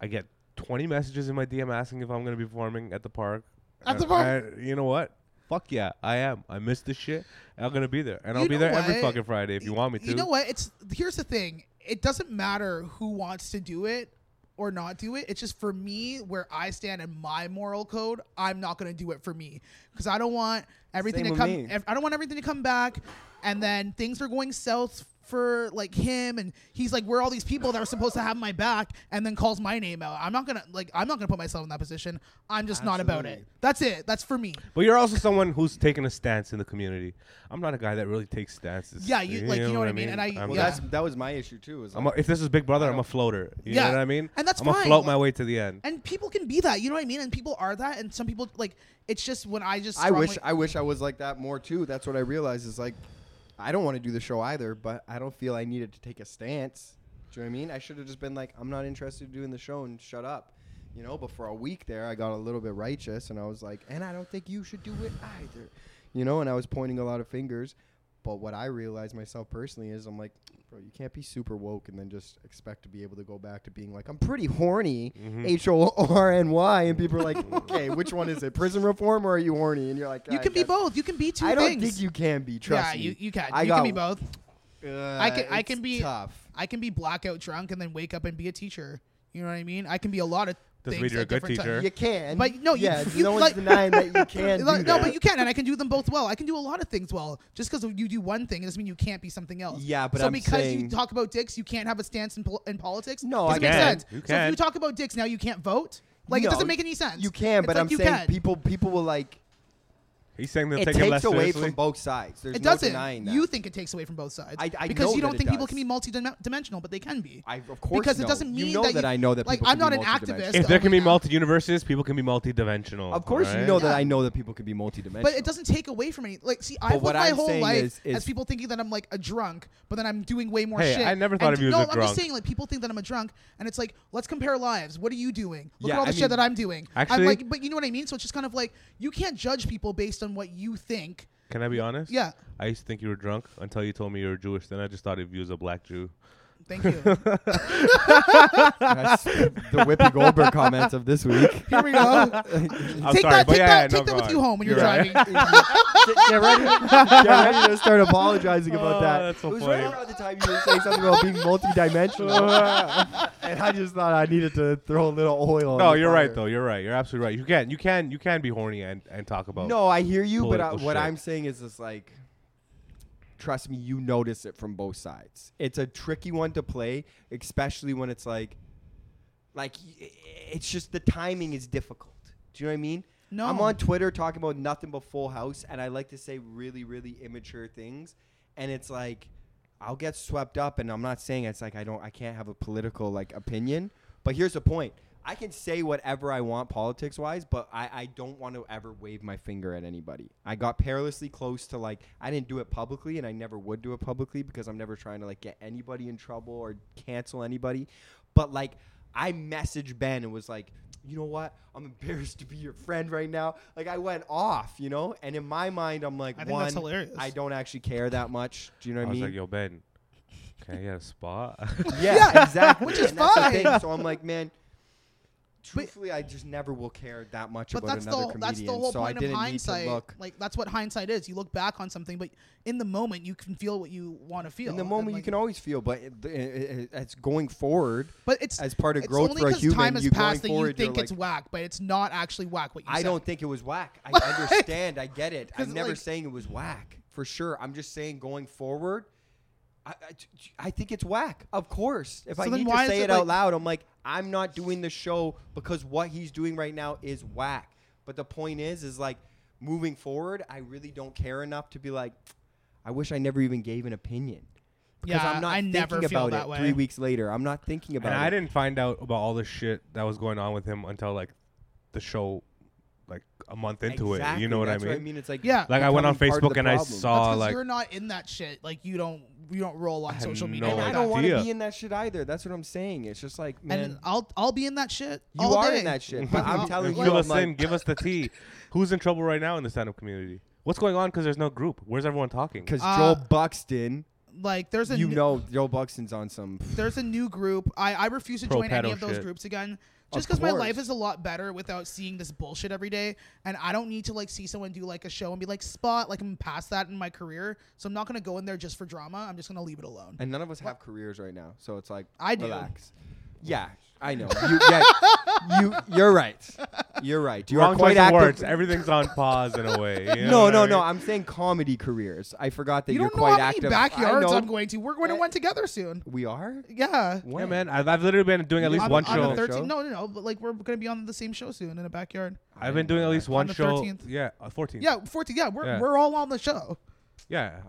I get 20 messages in my DM asking if I'm gonna be performing at the park.
At the
And
park?
I- you know what? Fuck yeah, I am. I missed this shit. and I'm gonna be there, and I'll
You
be
know
there every
what?
fucking Friday if you want me to.
You know what? It's here's the thing. It doesn't matter who wants to do it or not do it. It's just for me where I stand in my moral code. I'm not going to do it for me because I don't want everything
Same
to
with
come.
me.
ev- I don't want everything to come back, and then things are going south for like him and he's like we're all these people that are supposed to have my back and then calls my name out i'm not gonna like i'm not gonna put myself in that position i'm just not about it
Absolutely.
that's it that's for me
But you're also someone who's taking a stance in the community. I'm not a guy that really takes stances.
Yeah, you- like, you know what I mean? And I-
am
Well,
Yeah.
that's that was my issue too. Is
I'm a,
like,
if this is Big Brother, I'm a floater. You
Yeah.
know what I mean?
And that's
I'm gonna
fine.
float my way to the end.
and people can be that you know what i mean and people are that and some people like it's just when i just
I wish
strongly-
I wish I was like that more too. That's what I realized is like, I don't want to do the show either, but I don't feel I needed to take a stance. Do you know what I mean? I should have just been like, I'm not interested in doing the show and shut up. You know, but for a week there, I got a little bit righteous and I was like, and I don't think you should do it either. You know, and I was pointing a lot of fingers. But what I realized myself personally is I'm like, bro, you can't be super woke and then just expect to be able to go back to being like, I'm pretty horny, H O R N Y. And people are like, okay, which one is it? Prison reform or are you horny? And you're like,
You
"I
can be
guess-
both. You can be two
I
things.
don't think you can be. Trust
yeah,
me.
you you can.
I
you
got-
can be both.
Uh,
I can I can
it's
be
tough.
I can be blackout drunk and then wake up and be a teacher. You know what I mean? I can be a lot of
Doesn't mean
things
you're a
at
good
different
teacher.
times.
Sure.
You can.
But no, you-
yeah,
you
no
like-
one's denying that you can.
Like,
do
no,
that.
but you can, and I can do them both well. I can do a lot of things well. Just because you do one thing, it doesn't mean you can't be something else.
Yeah, but
so
I'm
because you
saying-
talk about dicks, you can't have a stance in, pol- in politics.
No,
doesn't
I
make
can.
sense.
You
So if
can.
you talk about dicks now, you can't vote. Like it
No,
doesn't make any sense.
You can,
It's
but
like
I'm
you
saying
can.
people people will like
He's saying they'll
it
take it less
takes away
seriously.
from both sides. There's
It
no
doesn't.
denying that.
You think it takes away from both sides
I- I
because
know
you don't
that it
think people
does.
can be multi-dimensional, but they can be.
I of course
because it
know.
doesn't mean
you know
that
that,
you-
I know that
like,
people
I'm
can be
not an
multidimensional.
activist.
if there can be
only now.
multi universes, people can be multidimensional.
Of course, you
right?
know that
Yeah.
I know that people could be multidimensional.
But it doesn't take away from any. Like, see, I've
what
lived my
I'm
whole
saying
life
is- is-
as people thinking that I'm like a drunk, but then I'm doing way more
Hey,
shit.
I never thought
And-
of you as
no,
a
I'm
drunk.
just saying, like, people think that I'm a drunk, and it's like, let's compare lives. What are you doing? Look
Yeah,
at all
I
the
mean-
shit that I'm doing.
Actually-
I'm like, but you know what I mean. So it's just kind of like you can't judge people based on what you think.
Can I be honest?
Yeah.
I used to think you were drunk until you told me you were Jewish. Then I just thought of you as a black Jew.
Thank you.
That's the Whippy Goldberg comments of this week.
Here we go.
I'm sorry,
take that.
but
Take
yeah,
that.
yeah, no,
take that
go
with
on.
you home when you're,
You're right.
driving.
get ready, get ready to start apologizing about
Oh,
that.
that's so
it was
funny.
right around the time you were saying something about being multidimensional, and I just thought I needed to throw a little oil. on
No,
the
you're
fire.
right though. You're right. You're absolutely right. You can, you can, you can be horny and, and talk about.
No, I hear you, but I,
Political
what
shit.
I'm saying is just like, trust me, you notice it from both sides. It's a tricky one to play, especially when it's like, like, y- it's just the timing is difficult. Do you know what I mean?
No.
I'm on Twitter talking about nothing but Full House, and I like to say really, really immature things, and it's like, I'll get swept up, and I'm not saying it's like I don't, I can't have a political like opinion, but here's the point. I can say whatever I want politics wise, but I, I don't want to ever wave my finger at anybody. I got perilously close to like I didn't do it publicly and I never would do it publicly because I'm never trying to like get anybody in trouble or cancel anybody. But like I messaged Ben and was like, you know what? I'm embarrassed to be your friend right now. Like I went off, you know? And in my mind I'm like
I think
one
that's hilarious.
I don't actually care that much. Do you know
I
what I
was
mean?
like, yo, Ben, can I get a spot?
Yeah,
Yeah,
exactly.
which is
And that's the
fine.
thing. So I'm like, man. Truthfully, I just never will care that much
But
about
that's the
another comedian,
that's the whole
so I
point
didn't
of
need
hindsight.
to look.
Like that's what hindsight is. You look back on something, but in the moment you can feel what you want to feel.
In the
And,
moment, you
like,
can always feel, but it, it, it- it's going forward.
But it's
as part of
it's
growth
only
for a
'cause
human,
time has
you going
passed that you
forward, you're
think it's
like-
whack, but it's not actually whack. What you
I
said.
don't think it was whack. I understand. I get it.
'Cause,
I'm never
like-
saying it was whack for sure. I'm just saying going forward, I, I- I think it's whack. Of course. If I
So then
need to
why is
say
it
it, out
like-
loud, I'm like, I'm not doing the show because what he's doing right now is whack. But the point is, is like moving forward, I really don't care enough to be like, I wish I never even gave an opinion. Because
Yeah,
I'm not
I
thinking
never feel
about
that
it
way.
three weeks later. I'm not thinking about
and
it.
I didn't find out about all the shit that was going on with him until like the show, like a month into it.
Exactly,
You know what
that's
I mean?
What I mean, it's like
Yeah.
Like I went on
becoming part of
Facebook
the
and I
problem.
That's
saw
'cause
Oh, like
you're not in that shit. Like you don't you don't roll on
have
social media.
And
no
like
I
idea.
that.
don't want to
idea.
be in that shit either. That's what I'm saying. It's just like, man,
and uh, I'll I'll be in that shit.
you
all
are
day.
in that shit. But I'm telling you,
fill
I'm
us in.
like,
Give us the tea. Who's in trouble right now in the stand-up community? What's going on? Because there's no group. Where's everyone talking?
because
Uh,
Joel Buxton,
Like there's a
you
new,
know, Joel Buxton's on some.
there's a new group. I I refuse to
Pro
join any
pedo
of those
shit.
groups again. Just
Of
because my
course.
life is a lot better without seeing this bullshit every day, and I don't need to like see someone do like a show and be like spot like I'm past that in my career, so I'm not gonna go in there just for drama. I'm just gonna leave it alone.
And none of us have careers right now, so it's like,
I do.
Relax. Yeah, I know. You, yeah, you, you're right. You're right. You
Wrong
are quite
choice of
active.
words. Everything's on pause in a way. you know
No,
what
no,
I
no.
mean?
I'm saying comedy careers. I forgot that
you
are
don't know
quite
how many
active. I
backyards
know. Eh.
I'm going to. We're going to
Yeah.
one together soon.
We are.
Yeah.
Yeah,
When?
man. I've, I've literally been doing at least
on,
one
on
show.
The 13th,
Show?
no, no, no. But like we're gonna be on the same show soon in the backyard.
I've been doing at least one
the
show.
13th.
Yeah, uh, 14th.
Yeah, 14. Yeah, we're
Yeah.
we're all on the show.
yeah.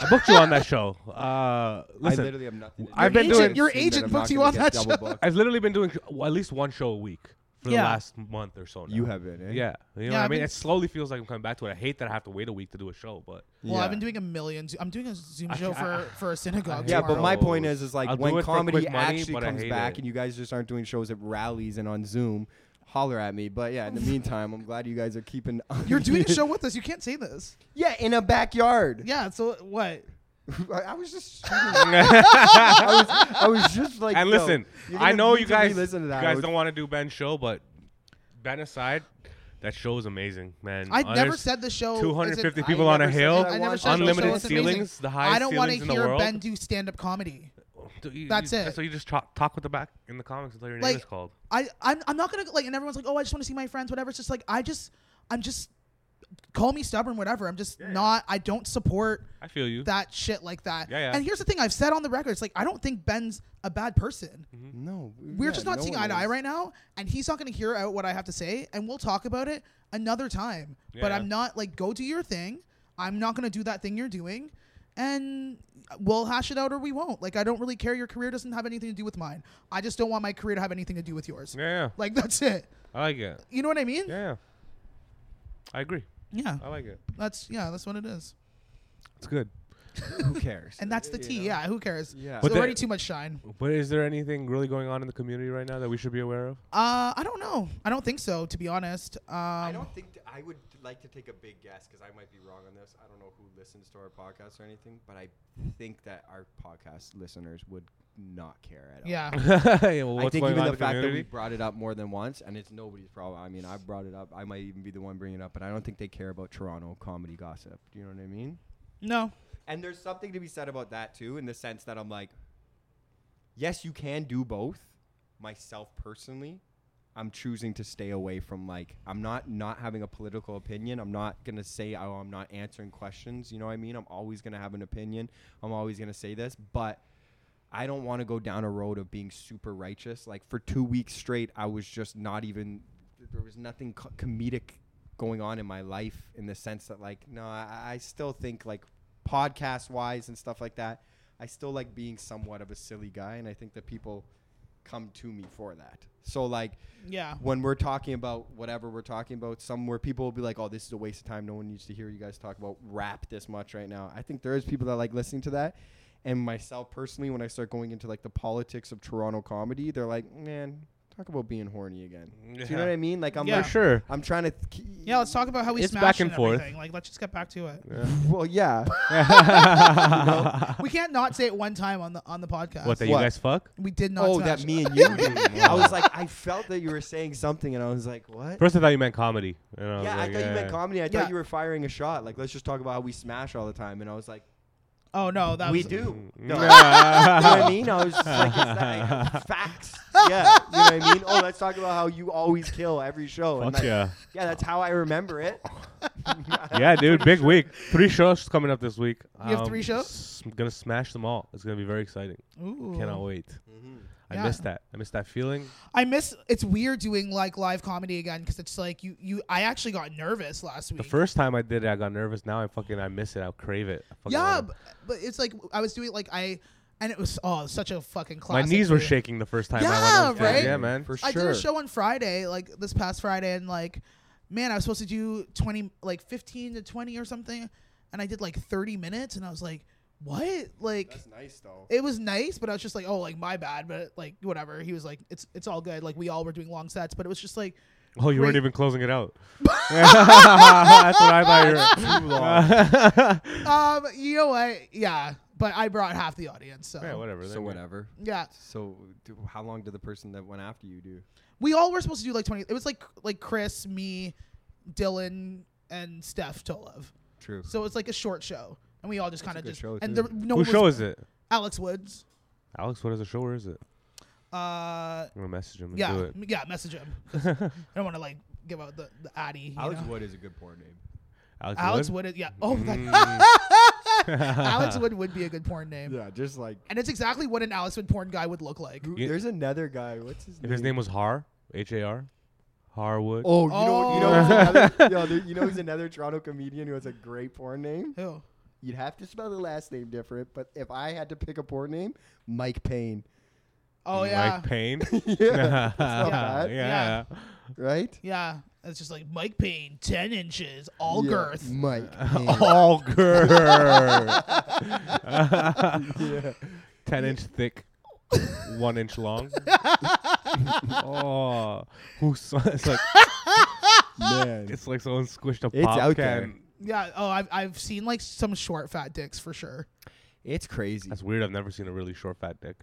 I booked you on that show. Uh,
I
listen,
literally have nothing. to do.
I've been
agent-
doing.
your
That I'm not
agent booked you
gonna
on
get
that
double
show.
booked.
I've literally been doing well, at least one show a week for the
Yeah.
last month or so. Now.
You have it. Eh?
Yeah, you know
Yeah,
what I
I've
mean.
been-
It slowly feels like I'm coming back to it. I hate that I have to wait a week to do a show, but
Well,
Yeah.
I've been doing a million. I'm doing a Zoom
I-
show
I-
for for a synagogue.
Yeah, but
tomorrow.
my
Tomorrow.
point is, is like
I'll do
when
it for
comedy
quick money,
actually
but I
comes
hate
back
it.
and you guys just aren't doing shows at rallies and on Zoom, holler at me. But yeah, in the meantime, I'm glad you guys are keeping.
You're doing a show with us. You can't say this.
yeah, in a backyard.
Yeah. So what?
I, I was just. I, was, I was just like.
and
yo,
listen,
you're
I
gonna
know
need
you
to
guys.
re-listen
you
to that.
guys don't want to do Ben's show, but Ben aside, that show is amazing, man.
I
Honest-
never said the show.
250
isn't-
people
I
on a
never said
hill,
that I
I never
want
said the show
unlimited
isn't amazing.
ceilings, the highest
I don't wanna
ceilings in the
hear
world.
Ben do stand up comedy.
So you-
That's
you-
it.
So you just talk, talk with the back in the comics until your name
Like-
is called.
I I'm, I'm not gonna like and everyone's like oh I just want to see my friends whatever. It's just like I just I'm just call me stubborn whatever. I'm just not I don't support
I feel you.
that shit like that.
Yeah, yeah.
And here's the thing I've said on the record it's like I don't think Ben's a bad person.
No,
We're
yeah,
just not
no
seeing
one
eye to eye
is.
right now, and he's not going to hear out what I have to say, and we'll talk about it another time. But
Yeah.
I'm not like go do your thing. I'm not going to do that thing you're doing, and we'll hash it out or we won't. Like I don't really care. Your career doesn't have anything to do with mine. I just don't want my career to have anything to do with yours.
Yeah, yeah.
Like that's it.
I like it.
You know what I mean?
Yeah, yeah. I agree.
Yeah.
I like it.
That's yeah. That's what it is.
It's good.
Who cares?
And that's the
You
T.
know?
Yeah. Who cares?
Yeah.
It's
But the-
already too much shine.
But is there anything really going on in the community right now that we should be aware of?
Uh, I don't know. I don't think so. To be honest. Um,
I don't think th- I would like to take a big guess because I might be wrong on this. I don't know who listens to our podcast or anything, but I think that our podcast listeners would not care at all.
Yeah.
yeah, well,
I
what's
think
going
even
on
the
in the
fact that we
community?
brought it up more than once, and it's nobody's problem. I mean, I brought it up. I might even be the one bringing it up, but I don't think they care about Toronto comedy gossip. Do you know what I mean?
No.
And there's something to be said about that too, in the sense that I'm like, yes, you can do both. Myself personally, I'm choosing to stay away from like I'm not not having a political opinion. I'm not gonna say oh I'm not answering questions. You know what I mean? I'm always gonna have an opinion. I'm always gonna say this, but I don't want to go down a road of being super righteous. Like for two weeks straight, I was just not even. There was nothing co- comedic going on in my life in the sense that like no, I, I still think like podcast wise and stuff like that. I still like being somewhat of a silly guy, and I think that people come to me for that. So like
Yeah.
when we're talking about whatever we're talking about, somewhere people will be like, "Oh, this is a waste of time. No one needs to hear you guys talk about rap this much right now." I think there is people that like listening to that, and myself personally, when I start going into like the politics of Toronto comedy, they're like, "Man, talk about being horny again." Do you know
Yeah.
what I mean? Like I'm
Yeah.
like,
For sure.
I'm trying to. Th-
Yeah, let's talk about how we
It's
smashed
back and
and
forth.
everything. Like, let's just get back to it.
Well, yeah.
We can't not say it one time on the on the podcast.
What, that you
What?
guys fuck?
we did not.
oh,
smash
that
it.
me and you. did. I was like, I felt that you were saying something, and I was like, "What?"
First, I thought you meant comedy. and was
Yeah, I
like,
thought you meant
yeah.
comedy. I
Yeah.
thought you were firing a shot. Like, let's just talk about how we smash all the time. And I was like,
Oh no, that
we
was,
do. Mm. No,
Yeah.
you know what I mean? I was just like, it's that, facts. Yeah, you know what I mean? Oh, let's talk about how you always kill every show. And
Fuck
like-
yeah.
Yeah, that's how I remember it.
yeah, dude, big week. Three shows coming up this week. Um,
You have three shows?
s- I'm gonna smash them all. It's gonna be very exciting.
Ooh.
Cannot wait. I
Mm-hmm. Yeah.
miss that. I miss that feeling.
I miss. It's weird doing like live comedy again because it's like you you. I actually got nervous last week.
The first time I did it, I got nervous. Now I fucking I miss it. I crave it. I fucking
yeah,
love it.
but, but it's like I was doing like I, and it was oh such a fucking
my
classic.
knees were
dude.
shaking the first time. I
Yeah,
went on stage.
right?
Yeah, man.
For
I
sure.
did a show on Friday, like this past Friday, and like, man, I was supposed to do twenty, like fifteen to twenty or something, and I did like thirty minutes, and I was like, what, like.
nice, though.
it was nice, but I was just like, oh, like my bad, but like whatever. He was like, it's it's all good. Like we all were doing long sets, but it was just like,
Oh, you weren't
Great.
even closing it out. That's what I thought. You were.
Too long.
um, you know what? Yeah, but I brought half the audience, so
Yeah, whatever.
so,
then.
whatever.
yeah.
So, do, how long did the person that went after you do?
We all were supposed to do like twenty. It was like like Chris, me, Dylan, and Steph Tolev.
True.
So it's like a short show, and we all just
That's a
kind of
good
just
show,
and
too.
there, no one
Whose
was-
show is it?
Alex Woods.
Alex, what is the show? Where is it?
Uh,
I'm gonna message him and
yeah,
do it.
m- yeah. Message him. 'cause I don't want to like give out the the addy. you
Alex
know?
Wood is a good porn name.
Alex,
Alex
Wood?
Wood. is- Yeah. Oh, that, Alex Wood would be a good porn name.
Mm. Yeah, just like.
And it's exactly what an Alice Wood porn guy would look like.
who-
Yeah.
There's another guy. What's his
If
name?
his name was Har, H A R, Harwood.
Oh, you know, you know, who's
Oh.
another, yo, there- you know, who's another Toronto comedian who has a great porn name.
Who?
You'd have to spell the last name different, but if I had to pick a porn name, Mike Payne.
Oh yeah.
Mike Payne.
yeah, that's not
yeah.
bad, right?
yeah. It's just like Mike Payne, ten inches, all
Yeah,
girth.
Mike. Payne.
All girl.
yeah.
Ten inch thick, one inch long. oh, who's it's like
man.
it's like someone squished a
It's
pop
out
can.
there.
Yeah. Oh, I've I've seen like some short fat dicks for sure.
It's crazy.
That's weird. I've never seen a really short fat dick.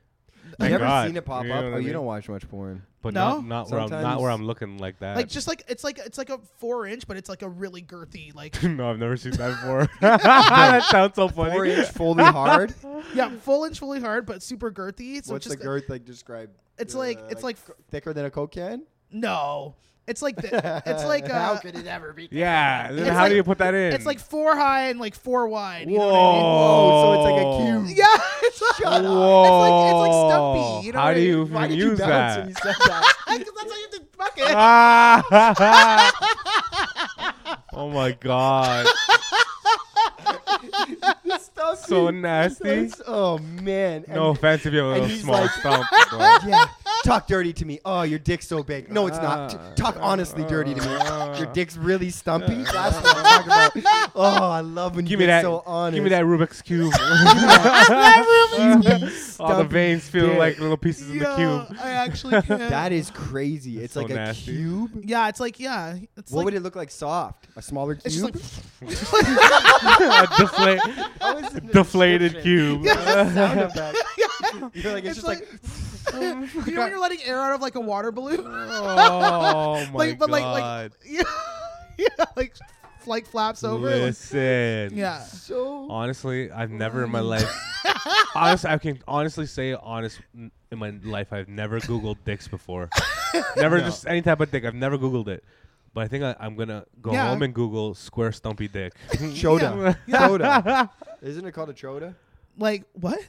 I've
Thank
never
God.
seen it pop
You know
up.
what I
Oh, you
mean?
don't watch much porn.
But
No?
not not where, I'm, not
Sometimes-
where I'm looking like
Uh,
that.
Like just like it's like it's like a four inch, but it's like a really girthy like
no, I've never seen that before. that sounds so funny.
Four inch fully hard.
yeah, full inch, fully hard, but super girthy. So
What's the
just
girth like described?
It's like- it's like-
gr- thicker than a Coke can.
no, it's like the, it's like
how
uh,
could it ever be?
Yeah. Then
It's
how do
like-
you put that in?
it's like four high and like four wide. You know what I mean?
Whoa.
Whoa, so it's like a cube.
Yeah, it's like,
Shut up.
Whoa. It's like- it's like stumpy, you know
Oh, how
what I
do
mean?
you
Why
even
did you
use
bounce
that?
when you said that?
'cause that's how you have to fuck it.
Ah! oh my god.
This stuff
So
is-
nasty.
that's- Oh man. And-
No offense if you have a
and
little
he's
small
like-
stump. but-
yeah. Talk dirty to me. Oh, your dick's so big. No, it's not. T-
Ah.
Talk honestly dirty to me.
Ah.
Your dick's really stumpy. That's what I'm talking about. Oh, I love when you
Give me
get
that.
so honest.
give me that Rubik's cube. All the
Stumpy
veins feel
dick.
like little pieces in the
Yo,
cube.
I actually can.
That is crazy. It's
So
like
nasty.
a cube.
yeah, it's like yeah, it's
what
like
would it look like soft? A smaller cube?
it's just like
a defla-
How is it
deflated cube.
That's a sound effect. You're like, it's, just
It's
like,
you know when you're letting air out of like a water balloon,
oh my
like but
god.
like like yeah, yeah, like like flaps over. like-
Listen.
yeah,
so.
Honestly, I've never in my life. honestly, I can honestly say, honest, n- in my life, I've never Googled dicks before. never just any type of dick. I've never Googled it. But I think I, I'm gonna go
Yeah.
home and Google square stumpy dick.
Choda. Choda. Isn't it called a choda?
like what?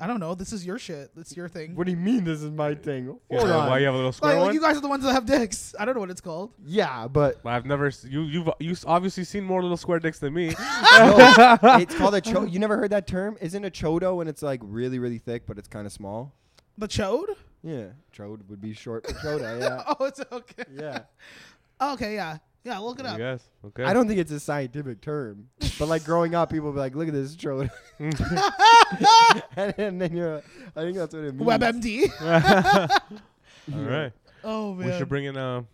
I don't know. This is your shit. It's your thing.
What do you mean this is my thing?
Yeah,
Hold on.
Why you have a little square
Like,
one?
you guys are the ones that have dicks. I don't know what it's called.
yeah, but
Well, I've never s- you you've you obviously seen more little square dicks than me.
no, it's called a cho. You never heard that term? Isn't a chodo when it's like really, really thick, but it's kind of small?
The chode?
Yeah, chode would be short for choda. Yeah,
Oh, it's okay. Oh,
yeah.
Okay, yeah. Yeah, look it up.
yes. Okay.
I don't think it's a scientific term, but like growing up, people would be like, "Look at this choda," and, and then you're. like- I think that's what it means.
WebMD.
All right.
Oh man.
We should bring in um,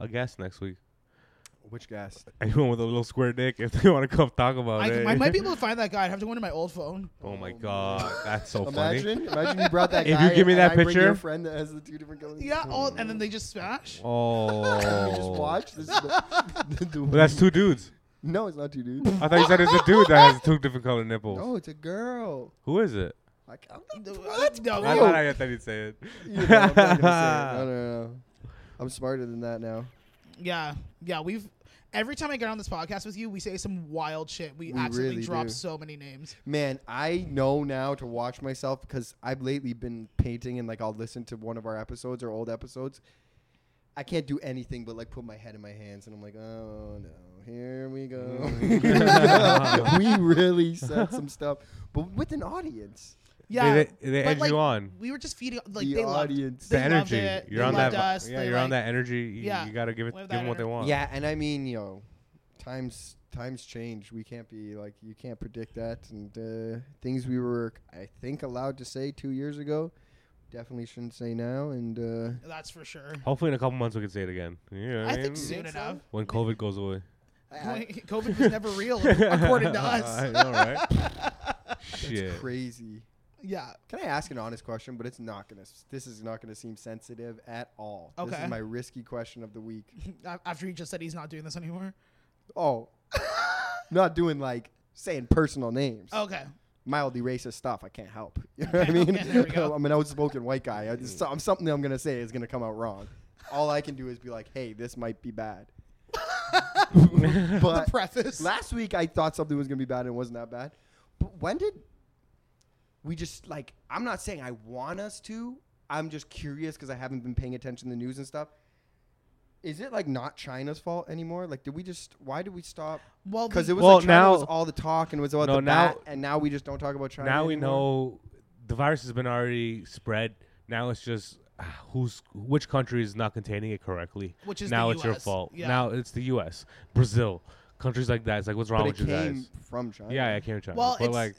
a guest next week.
Which gas?
Anyone with a little square dick, if they want to come talk about
I,
it.
I might be able to find that guy. I'd have to go into my old phone.
Oh my god, that's so funny.
Imagine, imagine you brought that.
If you
guy
give me
and
that
I bring your
picture-
friend that has the two different colors.
Yeah, all, and then they just smash.
You just
Oh.
watch this. is the- the- the-
But that's two dudes.
no, it's not two dudes.
I thought you said it's a dude that has two different color nipples.
No, it's a girl.
Who is it?
I can't.
What? No,
I thought I thought you'd say it.
You know, I'm not gonna say it. no, no, no. I'm smarter than that now.
yeah, yeah. We've every time I get on this podcast with you, we say some wild shit. We,
We
accidentally
really
drop
do.
so many names.
Man, I know now to watch myself because I've lately been painting and like I'll listen to one of our episodes or old episodes. I can't do anything but like put my head in my hands and I'm like, oh no, here we go. we really said some stuff, but with an audience.
Yeah,
They, they, they
but,
edge
like,
you on.
We were just feeding like
The
they loved-
audience.
they
the
loved
energy.
it.
You're
They
on that.
loved us.
Yeah,
They
you're on
like-
that energy. You,
yeah.
you gotta give it.
We have
Give
that
them what they
energy.
want.
Yeah, and I mean, you know, times times change. We can't be like you can't predict that, and uh, things we were, I think, allowed to say two years ago, definitely shouldn't say now. And uh,
That's for sure.
Hopefully, in a couple months, we can say it again. You know what
I
mean?
think soon enough.
When COVID goes away.
COVID was never real, according to
I
us.
know, right?
it's
Shit.
crazy.
Yeah.
Can I ask an honest question? But it's not gonna. s- This is not gonna seem sensitive at all. This
Okay.
is my risky question of the week.
A- After he just said he's not doing this anymore.
Oh, not doing like saying personal names.
Okay.
mildly racist stuff. I can't help. You know what I
Oh. Okay,
mean?
okay, there we go. Hmm.
I'm an outspoken white guy. I just, so- something I'm gonna say is gonna come out wrong. All I can do is be like, "Hey, this might be bad."
The
but
preface.
last week I thought something was gonna be bad and it wasn't that bad. But when did we just like? I'm not saying I want us to. I'm just curious because I haven't been paying attention to the news and stuff. Is it like not China's fault anymore? Like, did we just? Why did we stop?
well,
Because
we-
it was
Well,
like China
now-
was all the talk and was about
No,
the
now-
bat, and now we just don't talk about China.
now we
anymore.
know the virus has been already spread. Now it's just ah, who's which country is not containing it correctly.
Which is the
now it's your
US,
fault.
yeah.
Now it's the U.S., Brazil, countries like that. It's like what's wrong
but it
with you
came
guys?
from China.
Yeah, yeah, I can't China.
Well,
but
it's-
like,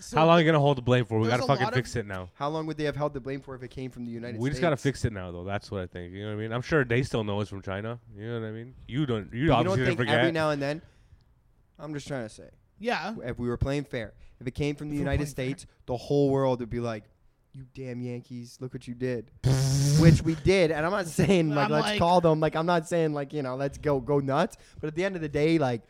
so-
how long are you gonna hold the blame for? We
there's
gotta
a
fucking
lot
fix
of-
it now.
How long would they have held the blame for if it came from the United States?
We just gotta fix it now, though. That's what I think. You know what I mean? I'm sure they still know it's from China. You know what I mean? You don't. You,
You don't
obviously
think
didn't forget.
every now and then? I'm just trying to say,
Yeah.
if we were playing fair, if it came from the
If we're
United
playing fair.
States, the whole world would be like, you damn Yankees, look what you did. Which we did, and I'm not saying like
I'm
let's
like-
call them like I'm not saying like, you know, let's go go nuts. But at the end of the day, like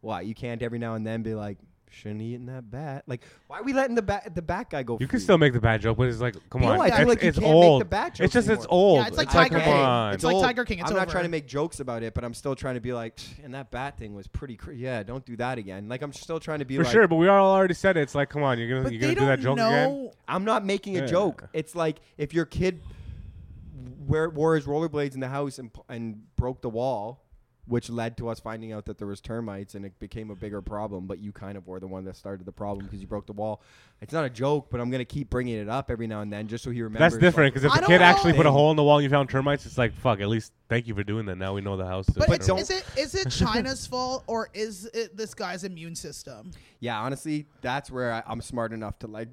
why you can't every now and then be like, shouldn't he eaten that bat? Like, why are we letting the bat the bat guy go?
You
free?
can still make the bad joke, but it's like, come
No,
on,
I
feel
it's,
like you
it's
can't make the
old.
bad
it's
jokes
just it's
anymore.
old.
Yeah, it's like
I
Tiger
get
King.
it.
Come
It's
on.
like
old.
Tiger King, it's
I'm not
over.
trying to make jokes about it, but I'm still trying to be like, "Psh, and that bat thing was pretty. Cr- yeah, don't do that again. Like I'm still trying to be
For
like,
sure, but we all already said it. It's like, come on, you're gonna
But
you're
they
gonna do
don't
that joke again.
know.
I'm not making a
Yeah.
joke. It's like if your kid wear, wore his rollerblades in the house and p- and broke the wall, which led to us finding out that there was termites and it became a bigger problem. But you kind of were the one that started the problem because you broke the wall. It's not a joke, but I'm gonna keep bringing it up every now and then just so he remembers.
That's
like-
different because if
I
the
don't
kid
know.
actually put a
Thing.
hole in the wall and you found termites, it's like fuck. At least thank you for doing that. Now we know the house. is
But,
But
it's,
don't-
is it is it China's fault or is it this guy's immune system?
Yeah, honestly, that's where I, I'm smart enough to like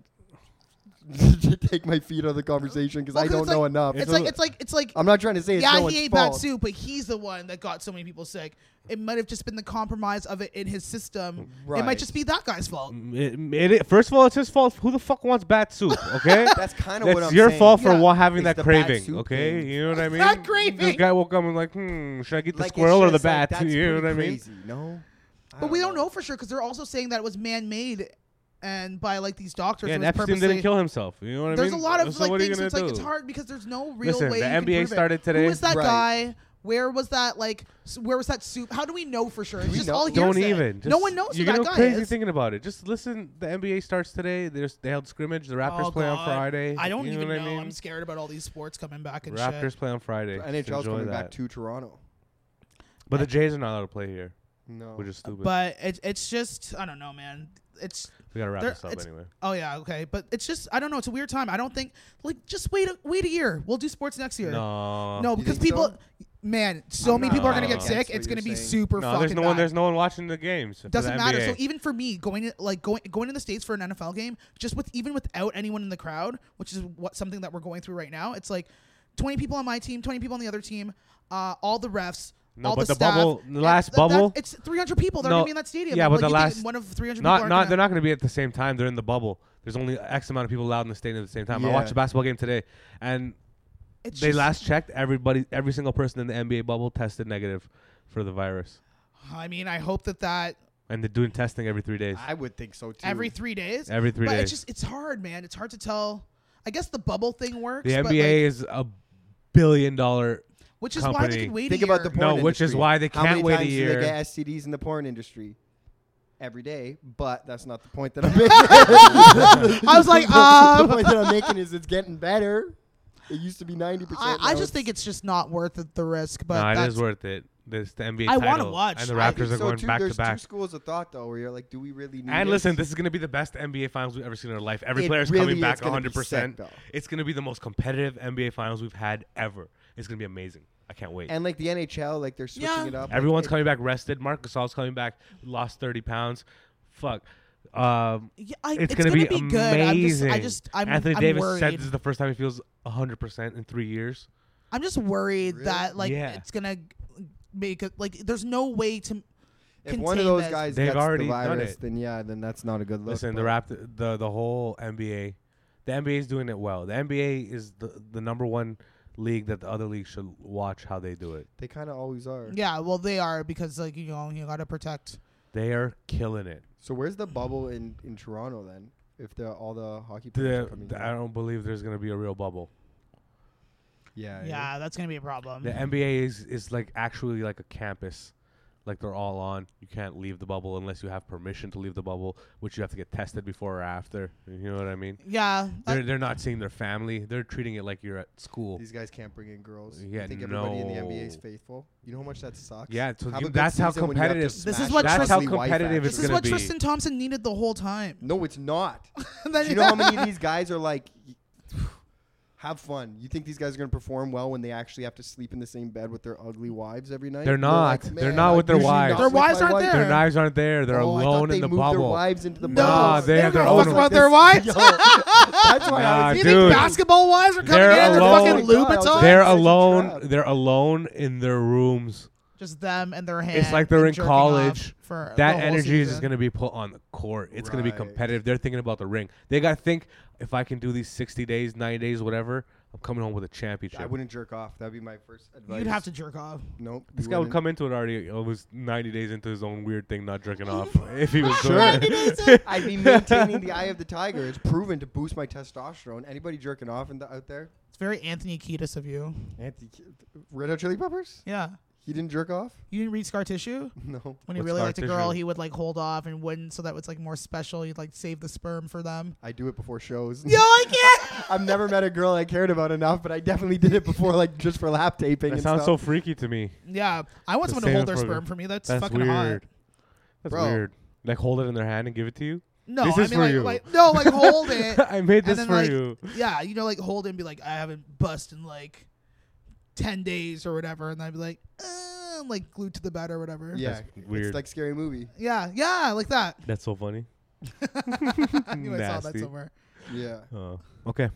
take my feet out of the conversation because I
Well, 'cause
don't
it's
know
like-
enough.
It's like it's like it's like
I'm not trying to say it's
yeah,
no one's
he ate
fault.
bad soup, but he's the one that got so many people sick. It might have just been the compromise of it in his system. It
Right. Mm.
might just be that guy's fault.
It- it- it- first of all, it's his fault. Who the fuck wants bat soup? Okay,
That's kind of
That's
what I'm
your
saying.
fault for
Yeah.
wa- having
It's
that
the bad
craving.
soup
Okay,
thing.
you know what I mean.
That craving.
This guy woke up and like, hmm, should I get the
Like, it's
squirrel or the
just like,
bat?
that's
you know what I
pretty
mean?
crazy, No, I
But we don't know for sure because they're also saying that it was man-made and by like these doctors.
Yeah,
it
and
was
Epstein
purposely-
didn't kill himself. You know what I mean?
There's a lot of
so
like
what are you
things.
gonna
It's like it's
do?
hard because there's no real
Listen,
way.
the
you can
NBA
prove it.
started today.
Who was that
Right.
guy? Where was that like? s- Where was that soup? How do we know for sure? It's
we
just
know?
all hearsay.
Don't even.
no
Just-
one knows who
You're
that
gonna
guy
go crazy
is.
thinking about it. Just listen. The NBA starts today. There's they held scrimmage. The Raptors
Oh,
play on
God.
Friday.
I don't
eh? you
even
know.
know.
What I mean?
I'm scared about all these sports coming back and
Raptors
shit.
play on Friday. Just
NHL's
enjoy
coming
that.
back to Toronto.
But the Jays are not allowed to play here,
No,
which is stupid.
But it, it's just I don't know, man. It's
we gotta wrap
there-
this up
it's-
anyway.
oh yeah okay, but it's just I don't know. It's a weird time. I don't think like just wait a, wait a year. We'll do sports next year.
No,
No, because
think
people,
so?
man, so
I'm
many
not
people are gonna get
against
sick.
what
It's
you're
gonna be
saying.
super
no.
fucking
There's no
bad.
one. There's no one watching the games. for the
doesn't matter. So
NBA.
even for me, going to, like going going to the states for an NFL game, just with even without anyone in the crowd, which is what something that we're going through right now. It's like twenty people on my team, twenty people on the other team, uh, all the refs.
No,
all
but
the,
the
staff,
bubble- the
and
last
th- that-
bubble-
It's 300 people that are
No,
gonna be in that stadium.
yeah, but
Like,
the
you think
last-
one of 300 people
not
are
not they're
gonna,
not going to be at the same time. They're in the bubble. There's only X amount of people allowed in the stadium at the same time. I
Yeah.
watched a basketball game today, and
it's
they
just-
last checked everybody, every single person in the NBA bubble tested negative for the virus,
I mean, I hope that that
and they're doing testing every three days.
I would think so too.
every three days.
Every three
but
days.
it's just it's hard, man. It's hard to tell. I guess the bubble thing works.
the NBA
but, like,
is a billion dollar.
which is why they
company.
could wait.
Think
a
about
year.
the porn
No, which is
industry.
why they
How
can't
many
wait a
times Do
year.
they get STDs in the porn industry every day, but that's not the point that I'm making.
I was like,
the
um,
point that I'm making is it's getting better. It used to be ninety
I,
percent.
I just think it's just not worth the, the risk. But
nah, it
that's,
is worth it. This the NBA.
I wanna
title,
watch.
And the
I
Raptors
so
are going
two,
back
there's
to back.
two schools of thought though, where you're like, do we really need?
And
this?
listen, this is going to be the best NBA Finals we've ever seen in our life. Every
It
player's
really
coming
is
back
gonna be
100%.
sick, though.
it's going to be the most competitive NBA Finals we've had ever. It's going to be amazing. I can't wait.
and like the NHL, like they're switching
Yeah.
it up. like,
Everyone's
it-
coming back rested. Marc Gasol's coming back, lost 30 pounds. Fuck. Um,
Yeah, I,
it's,
gonna,
going to be,
be good. I'm just,
amazing.
I just, I'm,
Anthony
I'm
Davis
worried.
said this is the first time he feels 100% in three years.
I'm just worried
Really?
that like
Yeah.
it's gonna make it like. There's no way to.
If one of
contain
those
this.
guys
They've
gets
already
the
done
virus,
it.
then yeah, then that's not a good look.
Listen, the
but-
Raptor, the the whole NBA, the NBA is doing it well. The NBA is the, the number one league that the other leagues should watch how they do it.
they kind of always are.
Yeah, well, they are because like you know you gotta protect.
They are killing it.
So where's the bubble in in Toronto then? If the all the hockey players
The,
are coming,
the- I
back?
don't believe there's gonna be a real bubble.
yeah, eh?
Yeah, that's gonna be a problem.
The NBA is is like actually like a campus, like they're all on. You can't leave the bubble unless you have permission to leave the bubble, which you have to get tested before or after. You know what I mean?
Yeah,
They're they're not seeing their family. They're treating it like you're at school.
These guys can't bring in girls.
Yeah,
you think everybody in the NBA is
no.
faithful? You know how much that sucks.
Yeah, so
Have
you-
a good
that's how
season when you have to
competitive-
This is
smash
what
your
That's how
ugly wife
competitive
after.
it's
this is
gonna
what
be-
Tristan Thompson needed the whole time.
No, it's not.
And
Do
then-
you know how many of these guys are like, have fun. You think these guys are going to perform well when they actually have to sleep in the same bed with their ugly wives every night?
They're not.
like,
They're
"Man,
not
I'm
with their
usually
wives.
not
Their
with my
wives aren't
wife."
there.
Their knives aren't there. They're
Oh, I thought
alone
they
in the
moved Their
bubble.
wives into the
No,
Nah,
bubble.
they have their
they're gonna
own
fuck
one.
with their wives.
Yo, that's why I
Nah,
was
you
dude.
think basketball wives are coming
They're
in? They're
alone.
fucking Louboutins.
They're
Guys, it's a
alone.
trap.
They're alone in their rooms
Just them and their hand.
It's like they're
and
in
jerking off
college.
For
that
the whole
energy is
season.
just gonna be put on the court. It's gonna be
Right.
competitive. They're thinking about the ring. They gotta think if I can do these sixty days, nine days, whatever, I'm coming home with a championship.
I wouldn't jerk off. That'd be my first advice.
You'd have to jerk off.
Nope.
this
you
guy would
wouldn't.
come into it already. It was ninety days into his own weird thing, not drinking off. if he was
Sure.
doing it.
I'd be maintaining the eye of the tiger. It's proven to boost my testosterone. Anybody jerking off in the, out there?
It's very Anthony Kiedis of you.
Anti- Red Hot Chili Peppers?
Yeah.
He didn't jerk off?
You didn't read Scar Tissue?
No.
When he
What's
really
scar
liked a girl,
tissue?
he would like hold off and wouldn't, so that was like more special. You'd like save the sperm for them.
I do it before shows.
Yo, I can't.
I've never met a girl I cared about enough, but I definitely did it before, like just for lap taping.
That
and
sounds so
stuff.
freaky to me.
yeah, I want
The
someone to hold
same
their
program.
sperm for me. That's,
That's
fucking hot.
weird. That's
Bro.
weird. Like hold it in their hand and give it to you.
No,
This
I
is
mean
for
like,
you.
like no, like hold it.
I made
and
this
then,
for
like,
you.
Yeah, you know, like hold it and be like, I haven't bust in like ten days or whatever, and I'd be like, uh, like glued to the bed or whatever.
Yeah,
That's weird.
It's like scary movie.
yeah, yeah, like that.
That's so funny.
I knew I saw that
Nasty.
somewhere.
Yeah.
Oh, okay.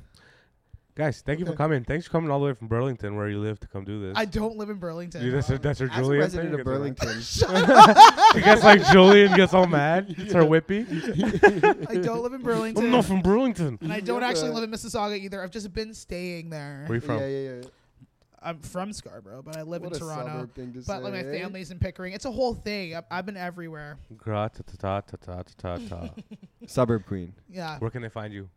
Guys, thank you for
Okay.
coming. Thanks for coming all the way from Burlington, where you live, to come do this.
I don't live in Burlington.
you, that's, your, that's your
As a
Julian.
resident
thing?
of Burlington,
she gets like Julian gets all mad. It's her whippy.
I don't live in Burlington.
I'm not from Burlington.
and I
You
don't
have
actually
a-
live in Mississauga either. I've just been staying there.
Where you from?
yeah, yeah, yeah.
I'm from Scarborough, but I live
What
in
a
Toronto.
suburb thing to
But like my
say, eh?
family's in Pickering. It's a whole thing. I've, I've been everywhere.
Gra ta ta ta ta ta ta ta.
Suburb queen.
Yeah.
Where can they find you?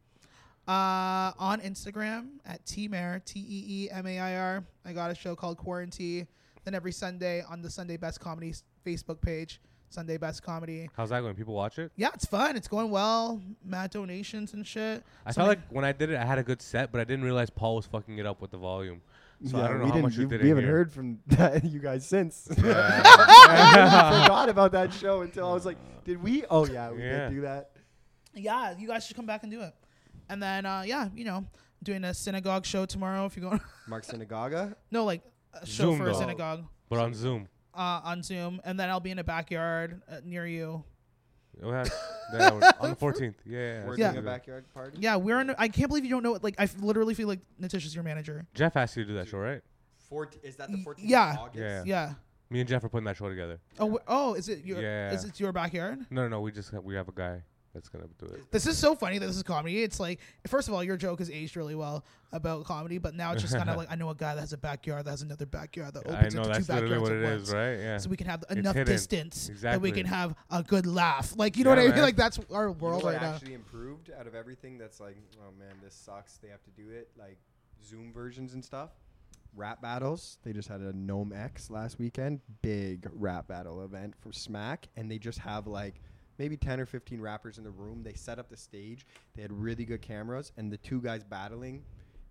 Uh, on Instagram at tmair, T E E M A I R. I got a show called Quarantine. Then every Sunday on the Sunday Best Comedy s- Facebook page, Sunday Best Comedy.
How's that going? People watch it.
Yeah, it's fun. It's going well. Mad donations and shit.
I
Somebody-
felt like when I did it, I had a good set, but I didn't realize Paul was fucking it up with the volume. So I don't know
we
how
didn't-
much you
we
did it.
haven't
here.
heard from that, you guys since.
Yeah.
I forgot about that show until I was like, did we? Oh, yeah, we
Yeah.
did do that.
yeah, you guys should come back and do it. And then, uh, yeah, you know, doing a synagogue show tomorrow if you're going.
Mark Synagoga?
no, like a show
Zoom,
for a
though.
synagogue
but on Zoom.
uh, on Zoom. And then I'll be in a backyard uh, near you.
Oh, yeah. Yeah, on the 14th. Yeah, Yeah.
Working
yeah.
a backyard party?
Yeah, we're in. I can't believe you don't know it. Like, I f- literally feel like Natisha's your manager.
Jeff asked you to do that show, right?
Fourt- is that the
Y-
14th
yeah.
of August?
Yeah.
Yeah.
Me and Jeff are putting that show together.
Oh, wh- oh, is it your?
Yeah.
Is it your backyard?
No, no, no. We just have, we have a guy that's gonna do it.
This is so funny that this is comedy. It's like, first of all, your joke has aged really well about comedy, but now it's just kind of like I know a guy that has a backyard that has another backyard that
I
opens
know
into two
that's literally
backyards
what
at
it
once.
is, right? Yeah.
So we can have
It's
enough
hidden.
distance that we
Exactly.
can have a good laugh. Like you know
Yeah,
what I mean?
man.
Like that's our
You know
world
what
right now.
actually improved out of everything that's like, oh man, this sucks. They have to do it. Like Zoom versions and stuff. Rap battles. They just had a Gnome X last weekend. Big rap battle event for Smack. And they just have like maybe 10 or 15 rappers in the room. They set up the stage. They had really good cameras. And the two guys battling,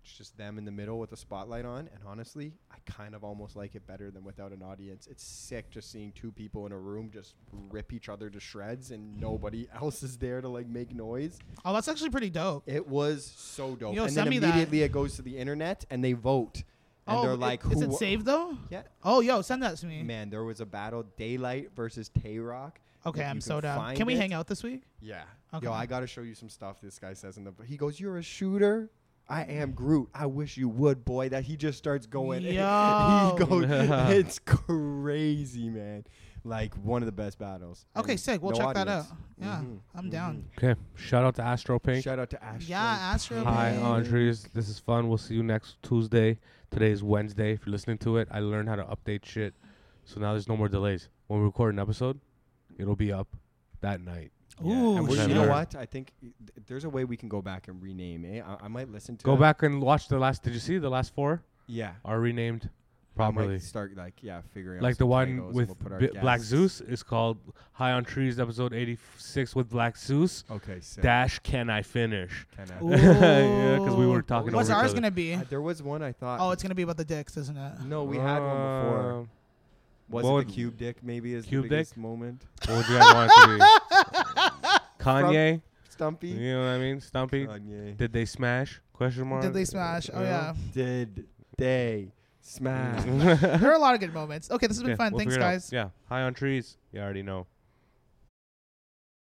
it's just them in the middle with a spotlight on. And honestly, I kind of almost like it better than without an audience. It's sick just seeing two people in a room just rip each other to shreds and nobody else is there to like make noise.
Oh, that's actually pretty dope.
It was so dope.
Yo,
and
send
then
me that.
immediately it goes to the internet and they vote. And
oh,
they're
it-
like,
is
who
it
wa-
saved though?
Yeah.
Oh, yo, send that to me.
Man, there was a battle Daylight versus Tay Rock.
Okay,
If
I'm
you
so
can
down.
find
Can we
it-
hang out this week?
Yeah.
Okay.
Yo, I got to show you some stuff this guy says in the. He goes, You're a shooter? I am Groot. I wish you would, boy. That he just starts going.
Yo.
he goes, It's crazy, man. Like one of the best battles.
Okay,
And
sick. We'll
no
check that out.
audience.
Yeah,
Mhm.
I'm down.
okay. Shout out to Astro Pink.
Shout out to Ash.
Yeah, Astro.
Hi,
Pink.
Andres. This is fun. We'll see you next Tuesday. Today is Wednesday. If you're listening to it, I learned how to update shit. So now there's no more delays. When we record an episode, it'll be up that night.
Mm-hmm. Yeah,
Ooh,
and we're-
shit.
you know what? I think th- there's a way we can go back and rename it. I, I might listen to
Go
it.
back and watch the last. Did you see the last four
Yeah,
are renamed
I
properly?
might start like yeah, figuring out
Like the
some
one
titles and
with
we'll put our
Bi- Black
guests.
Zeus is called High on Trees, episode 86 with Black Zeus.
Okay, sick.
Dash, can I finish?
Can I-
Ooh.
yeah, because we were talking
What's
over
ours
each other.
gonna be?
Uh, there was one I thought.
Oh, it's gonna be about the dicks, isn't it?
no, we had one before.
Um,
Was
what
it
would-
the cube dick? Maybe is
Cube
the
dick?
biggest moment.
What would you guys want it to be?
Mm-hmm.
Kanye.
Stumpy.
You know what I mean? Stumpy.
Kanye.
Did they smash? Question mark.
Did they smash? Oh yeah,
Did they smash?
yeah.
there are a lot of good moments. Okay, this has been fun. Thanks, guys.
Yeah. High on trees. You already know.